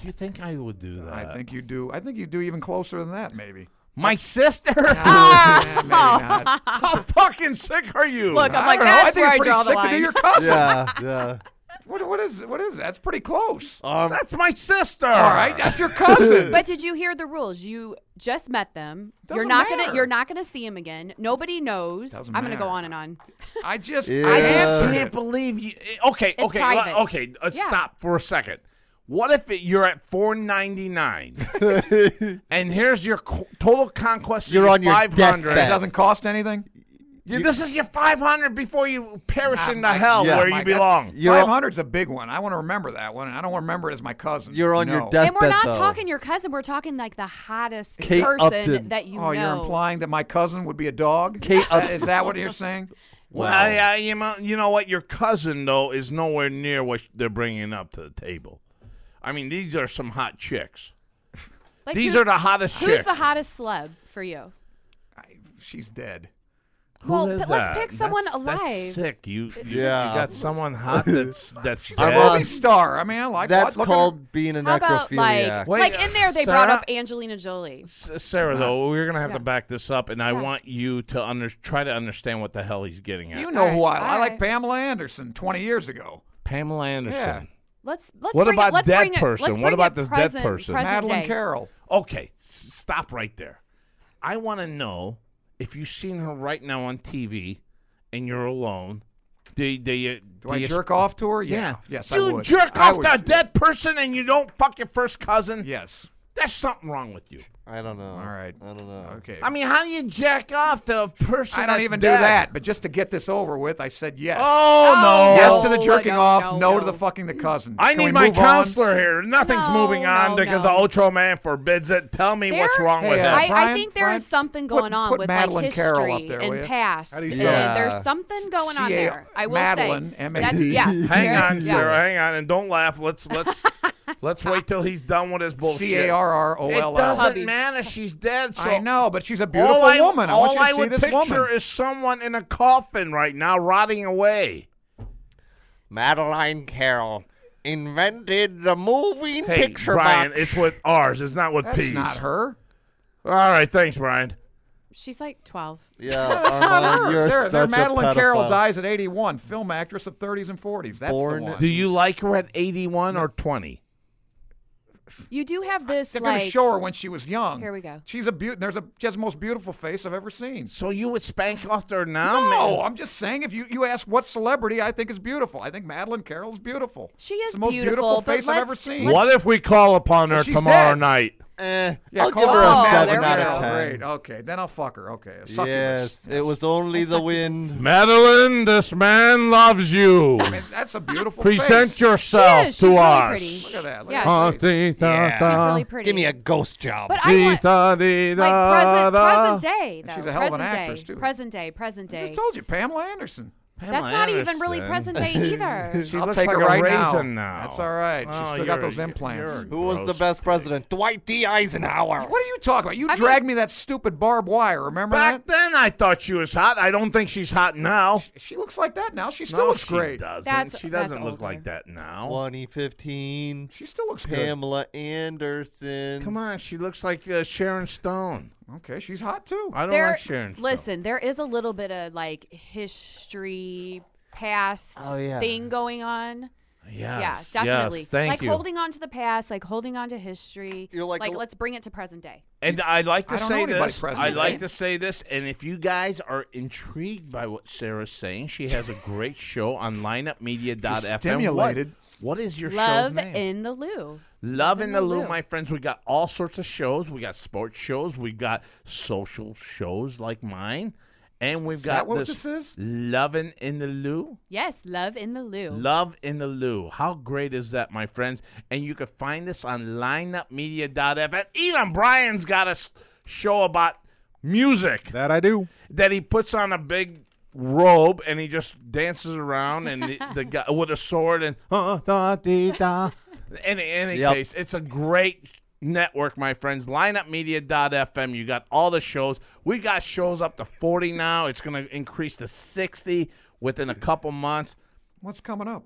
You think I would do that?
I think you do. I think you do even closer than that, maybe.
My sister?
Yeah, maybe not.
How fucking sick are you?
Look, I'm like,
don't know. I
that's
think
where I
it's
draw
pretty
the
sick to
line.
be your cousin.
Yeah, yeah.
What, what is what is that? That's pretty close.
Um,
that's my sister.
All right, that's your cousin.
But did you hear the rules? You just met them. you're
Doesn't
not
matter.
gonna you're not gonna see him again. Nobody knows.
Doesn't
I'm gonna go
matter.
on and on.
I just
Yeah.
I
I
answered
can't
it.
believe you. Okay, okay,
private.
let- okay. Let's
Yeah.
stop for a second. What if it, you're at 499 and here's your co- total conquest? of
You're on your
500.
It
deathbed.
doesn't cost anything.
Yeah, this is your 500 before you perish into
my-
hell
yeah,
where
Oh
my
you
God.
belong.
You're
Five
on-
hundred's a big one. I want to remember that one, and I don't want to remember it as my cousin.
You're on your
No.
death-
and we're
Deathbed,
not
though.
talking your cousin. We're talking like the hottest
Kate
person
Upton.
that you
oh,
know.
you're implying that my cousin would be a dog?
Kate uh,
That- is that what you're saying?
Well, I, I, you, know, you know what? Your cousin, though, is nowhere near what they're bringing up to the table. I mean, these are some hot chicks.
Like,
These
who-
are the hottest
Who's
chicks.
the hottest celeb for you?
I, she's dead.
well,
is
but let's pick
that?
someone
That's-
alive.
That's sick. You, you, you
Yeah.
got someone hot that's that's
I'm
dead.
on-
Movie star. I mean, I like
Uh, That's
look at her.
called being a
How about
necrophiliac.
like
Wait,
like in there they brought
Sarah?
up Angelina Jolie.
S- Sarah, though, we're gonna have to
Yeah.
back this up, and I
Yeah.
want you to under- try to understand what the hell he's getting at.
You know who I,
Alright,
I like
alright.
Pamela Anderson 20 years ago.
Pamela Anderson.
Yeah.
Let's let's
What
bring
about
it, let's
dead
bring it,
person?
Let's
What
bring
about
it
this dead
present,
person?
Present
Madeline
day.
Carroll.
Okay, s- stop right there. I want to know if you've seen her right now on TV, and you're alone. Do, you- do you
Do, I jerk off to her? Yeah. Yes,
you
I would.
jerk
I
off
would.
to a dead person, and you don't fuck your first cousin.
Yes.
There's something wrong with you.
I don't know. All
right.
I don't know.
Okay.
I mean, how do you jack off to a person?
I don't
that's
even
dead?
do that, but just to get this over with, I said yes.
Oh, no!
yes to the
no,
jerking
no,
off, no,
no,
to the
no.
fucking the cousin.
I
Can we
need my
move on?
counselor here. Nothing's
No,
moving on
no,
because
no.
the Ultra Man forbids it. Tell me what's
There-
wrong with
Hey, uh,
him.
I, I
Brian-
think there is
Brian,
something
put-
going on
put
with
Madeline
like
Carrow
history
up there, will
and
ya?
past.
How do you
and
spell
it?
there's something going on
C A-
there. I will
Madeline,
say.
M A-
That's- yeah.
hang
there-
on,
yeah.
Sarah. Hang on, and don't laugh. Let's let's let's wait till he's done with his bullshit.
C A R R O
It
L
doesn't
L.
matter. She's dead. So
I know, but she's a beautiful
all I,
woman. I
all
want you to
I
see
would
this
picture
woman.
is someone in a coffin right now, rotting away.
Madeline Carroll invented the moving
Hey,
picture
Brian,
box.
it's with R's. It's not with
That's
P's.
not her.
All right, thanks, Brian.
She's like 12.
yeah,
Not
Armand,
her.
you're
There- there,
such
Madeline
a
Carroll
pedophile.
dies at 81, film actress of 30s and 40s. That's
Born-
the one.
Do you like her at 81 or 20?
You do have this
They're
like
gonna show her when she was young.
Here we go.
She's a beaut. There's a she has the most beautiful face I've ever seen.
So you would spank off her now?
No, I'm just saying. If you, you ask what celebrity I think is beautiful, I think Madeline Carroll's beautiful.
She
It's
is
the most beautiful,
beautiful, but
face I've ever
let's-
seen.
What if we call upon her
She's
tomorrow
dead.
night?
Eh,
Yeah,
I'll
call
give
her
her
Oh,
a
there
seven
we
out
go.
of
Great.
ten.
Okay, then I'll fuck her. Okay, a succubus.
Yes, it was only the wind.
Madeline, this man loves you.
I mean, that's a beautiful
Present
face.
yourself
She is. She's
to
really
us.
pretty.
Look at that. Look
Yeah,
at that
Uh,
face.
dee, da,
Yeah.
da.
She's really pretty.
Give me a ghost job.
But I
Dee,
want
da, dee, da,
like present
da.
present day though.
she's a hell of an
present
actress,
day.
too.
Present day, present
I
day.
just told you, Pamela Anderson.
That's not even really
Anderson. Oh,
present day either.
She
I'll
looks
take
like
it
a
right now.
raisin now.
That's all right. She's
Oh,
still got
you're-
those implants.
you're
Who was the
gross.
best president? Dwight D. Eisenhower.
What are you talking about? You
I
dragged me that stupid barbed wire. Remember
Back
that?
then, I thought she was hot. I don't think she's hot now.
She looks like that now. She still
no,
looks
she
great.
doesn't.
That's-
she
that's
doesn't look
older.
like that now.
2015.
She still looks
Pamela Anderson.
Come on, she looks like uh, Sharon Stone.
good. Okay, she's hot too.
I don't
There-
like Sharon. Stone.
listen, there is a little bit of like history, past
Oh, yeah.
thing going on.
Yes,
yeah, definitely.
yes, thank
like
you.
holding on to the past, like holding on to history.
You're like a-
let's bring it to present day.
And I like to
I don't know
say
anybody
this.
present
I
today.
like to say this. And if you guys are intrigued by what Sarah's saying, she has a great show on lineupmedia.fm.
stimulated.
What, what is your
Love
show's name?
in the loo.
Love in the Loo, my friends. We got all sorts of shows. We got sports shows. We got social shows like mine. And we've got
that what
this,
this is?
Loving in the Loo.
Yes, love in the loo.
Love in the Loo. How great is that, my friends? And you can find this on lineupmedia.fm. Even Brian's got a s- show about music
That I do.
that he puts on a big robe and he just dances around and the, the guy with a sword and uh, da, dee, da. in any
Yep.
case it's a great network my friends lineupmedia.fm you got all the shows we got shows up to 40 now it's going to increase to 60 within a couple months
What's coming up?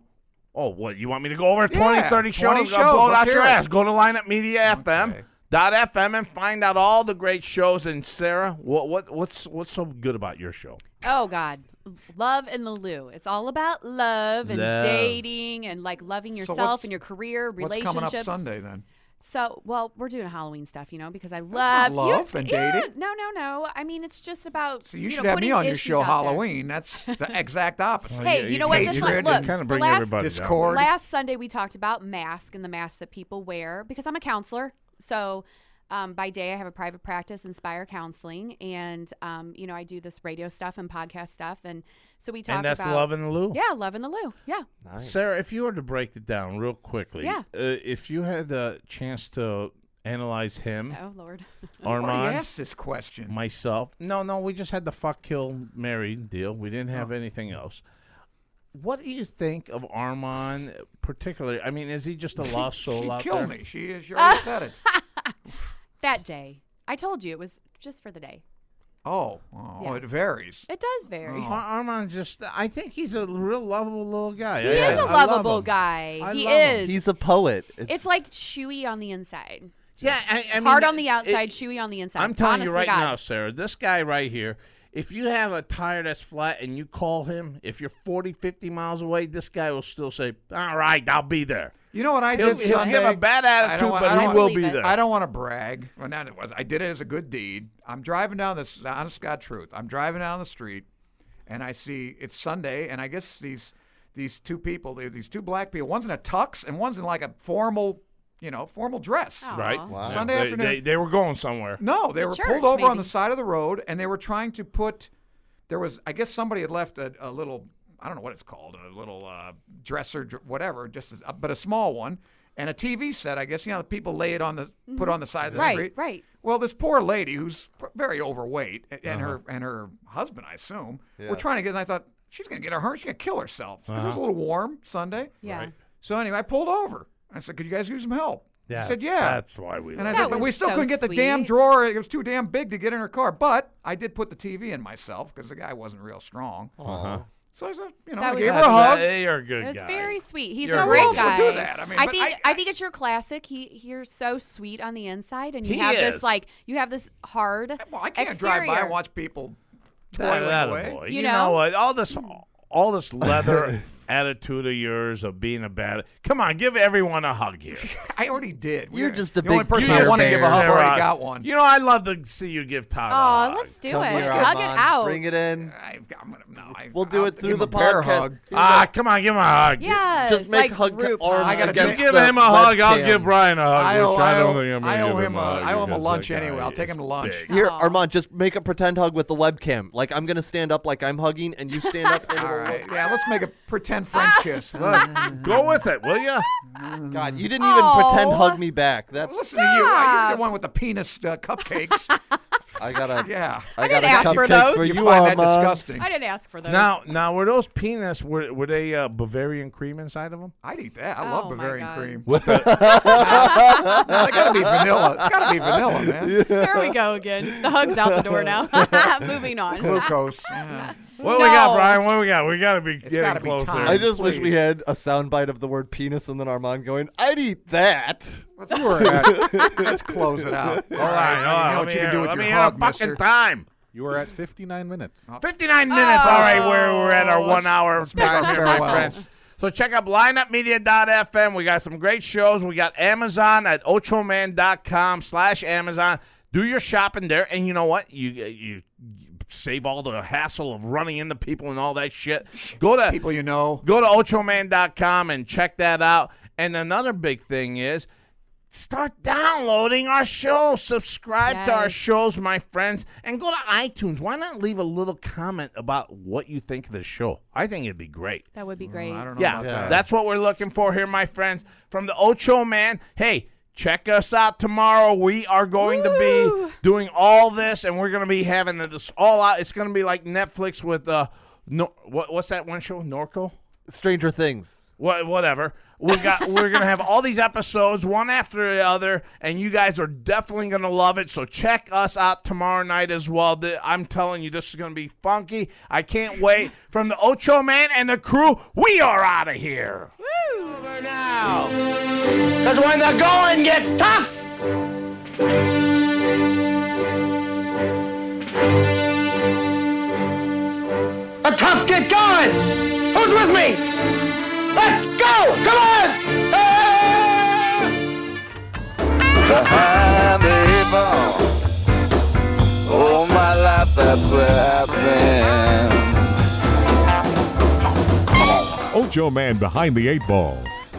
oh what you want me to go over 20
Yeah,
30 shows,
20
I'll
shows,
blow it
let's
out your
hear it.
ass go to lineupmedia.fm
Okay.
dot fm and find out all the great shows and sarah what, what what's what's so good about your show
Oh God, love in the loo. It's all about love and
Love.
dating and like loving yourself
what's-
and your career,
What's coming up
relationships.
Sunday then?
So, well, we're doing Halloween stuff, you know, because I
not
love
love
you-
and
yeah,
dating.
No, no, no. I mean, it's just about.
So you,
know,
should have me
putting
on your
issues
show
out there.
Halloween. That's the exact opposite.
Hey, you know what?
Hatred
This one,
and
look,
kinda
the
bring
last,
everybody down.
discord.
Last Sunday we talked about masks and the masks that people wear because I'm a counselor. So um, by day I have a private practice, Inspire Counseling, and um, you know I do this radio stuff and podcast stuff, and so we talk
and that's
about
love in the loo
yeah, love in the loo, yeah.
Sarah, if you were to break it down real quickly,
Yeah.
uh, if you had the chance to analyze him,
Oh Lord,
Why do you
Armand,
ask this question?
myself, no, no, we just had the fuck, kill, marry deal. We didn't
Oh.
have anything else. What do you think of Armand, particularly? I mean, is he just a lost soul
She'd
out
kill
there?
me. She is. She already said it.
that day I told you it was just for the day.
Oh, oh
Yeah.
it varies.
It does vary.
Ar- Armand just, I think he's a real lovable little guy.
He is a lovable guy.
I
he
love him.
is.
He's a poet. It's,
it's like chewy on the inside,
Yeah, I, I mean,
hard on the
it-
outside, chewy on the inside.
I'm telling you
Honest to
right
God.
now, Sarah, this guy right here, if you have a tire that's flat and you call him, if you're 40, 50 miles away, this guy will still say, All right, I'll be there.
You know what I
He'll-
did
he'll
Sunday?
give a bad
I
attitude,
don't wa-
but
I
he
don't-
will
be Believe it. there.
I don't want to brag. Well, not it was. I did it as a good deed. I'm driving down this. the Honest to God, truth. I'm driving down the street, and I see it's Sunday, and I guess these these two people, they- these two black people. One's in a tux, and one's in like a formal, you know, formal dress.
Aw.
Right?
Wow.
Sunday
they,
afternoon.
They, they were going somewhere.
No, they were
church,
pulled over on
maybe.
the side of the road, and they were trying to put. There was, I guess, somebody had left a, a little. I don't know what it's called, a little uh, dresser, dr- whatever, just as, but a small one, and a TV set. I guess you know the people lay it on the put on the side of the
Mm-hmm. Right,
street.
right.
Well, this poor lady who's pr- very overweight a- and her and her husband, I assume, were trying to get. And I thought she's gonna get her hurt. She's gonna kill herself 'Cause it was a little warm Sunday.
Yeah.
So anyway, I pulled over. I said, "Could you guys use some help?" she said, "Yeah."
That's why we
And I
love
That
said, but
was
we still
so
couldn't get the damn
sweet.
drawer. It was too damn big to get in her car. But I did put the TV in myself because the guy wasn't real strong.
Uh-huh.
So I said, you know,
That
I
was
gave her a
nice.
hug.
They are good
It was
guys.
very sweet. He's
You're
a
right.
great
Who else
guy.
would do that? I mean, but
think
I-
I, think it's your classic. He you're so sweet on the inside, and you
He
have
is.
this like you have this hard.
Well, I can't
exterior.
drive by and watch people
That-
toiling
that
away.
boy.
You
You, know?
know?
what? All this, all this leather attitude of yours of being a bad. Come on, give everyone a hug here.
I already did. We
You're
are-
just a
the only
big
person
Pierre
I want to give a hug.
Bear.
Already
Sarah,
got one.
You know, I love to see you give Todd. a
Oh,
hug.
let's do
Come
it.
here,
Hug it
Armand.
out.
Bring it in.
I've got, I'm gonna, no, I,
We'll do
I'll
it through
give
the
him a bear
podcast.
hug.
Ah, come on, give him a hug.
Yeah.
Just
like
make hug
group
arms
hug.
I gotta
against
You give
the
him a hug, I'll
webcam.
give Brian a hug.
I owe,
which I,
I
don't
owe-
think I'm gonna
I owe
give
him
a
a-
hug
I owe him a
because
lunch
that guy
anyway. I'll take
is
him to lunch.
big.
Here,
Aw.
Armand, just make a pretend hug with the webcam. Like I'm gonna stand up like I'm hugging, and you stand up. And
All
it'll
right. Yeah, let's make a pretend French kiss.
Look, Go with it, will you?
look- God, you didn't even pretend
Aw.
hug me back. That's
Listen to you. You're the one with the penis uh, cupcakes.
I got a
Yeah.
I got a
didn't ask for
cupcake
those.
for
You,
you,
find that
Armand.
disgusting.
I didn't ask for those.
Now, now were those peanuts were were they uh, Bavarian cream inside of them?
I'd eat that. I love
Oh, my
Bavarian
God.
cream. What the? no, it gotta be vanilla. It's gotta be vanilla, man.
There we go again. The hug's out the door now. Moving on.
Glucose. Yeah.
What we got,
No.
Brian? What we got? We got to be getting
gotta be
closer.
time.
I just wish we
Please.
had a soundbite of the word penis and then Armand going, I'd eat that.
Let's, let's, close it out. All
All right,
right,
all right, let me
you know what you can
hear-
do with
let me
your
hear a
hog,
fucking
mister.
time.
You are at 59 minutes.
Fifty-nine minutes. All right, we're we're at our
Oh,
one hour
make our
time here, my
Oh. farewells.
friends. So check out lineupmedia.fm. We got some great shows. We got Amazon at ochoman.com slash Amazon. Do your shopping there, and you know what? You uh, you save all the hassle of running into people and all that shit. Go to
People you know.
Go to ochoman.com and check that out. And another big thing is start downloading our shows. Subscribe to our
Yes.
shows, my friends, and go to iTunes. Why not leave a little comment about what you think of the show? I think it'd be great.
That would be great.
I don't know
Yeah,
about that.
that's what we're looking for here, my friends. From the Ocho Man, hey, check us out tomorrow. We are going to be
Woo!
doing all this, and we're going to be having this all out. It's going to be like Netflix with uh, no, what, what's that one show? Norco.
Stranger Things.
Wha- whatever. We got. we're gonna have all these episodes one after the other, and you guys are definitely gonna love it. So check us out tomorrow night as well. Th- I'm telling you, this is gonna be funky. I can't wait. From the Ocho Man and the crew, we are out of here. Over now, because when the going gets tough. The tough get going! Who's with me? Let's go! Come on!
behind the eight ball. All my life that's where I've been.
Ocho Man Behind the Eight Ball.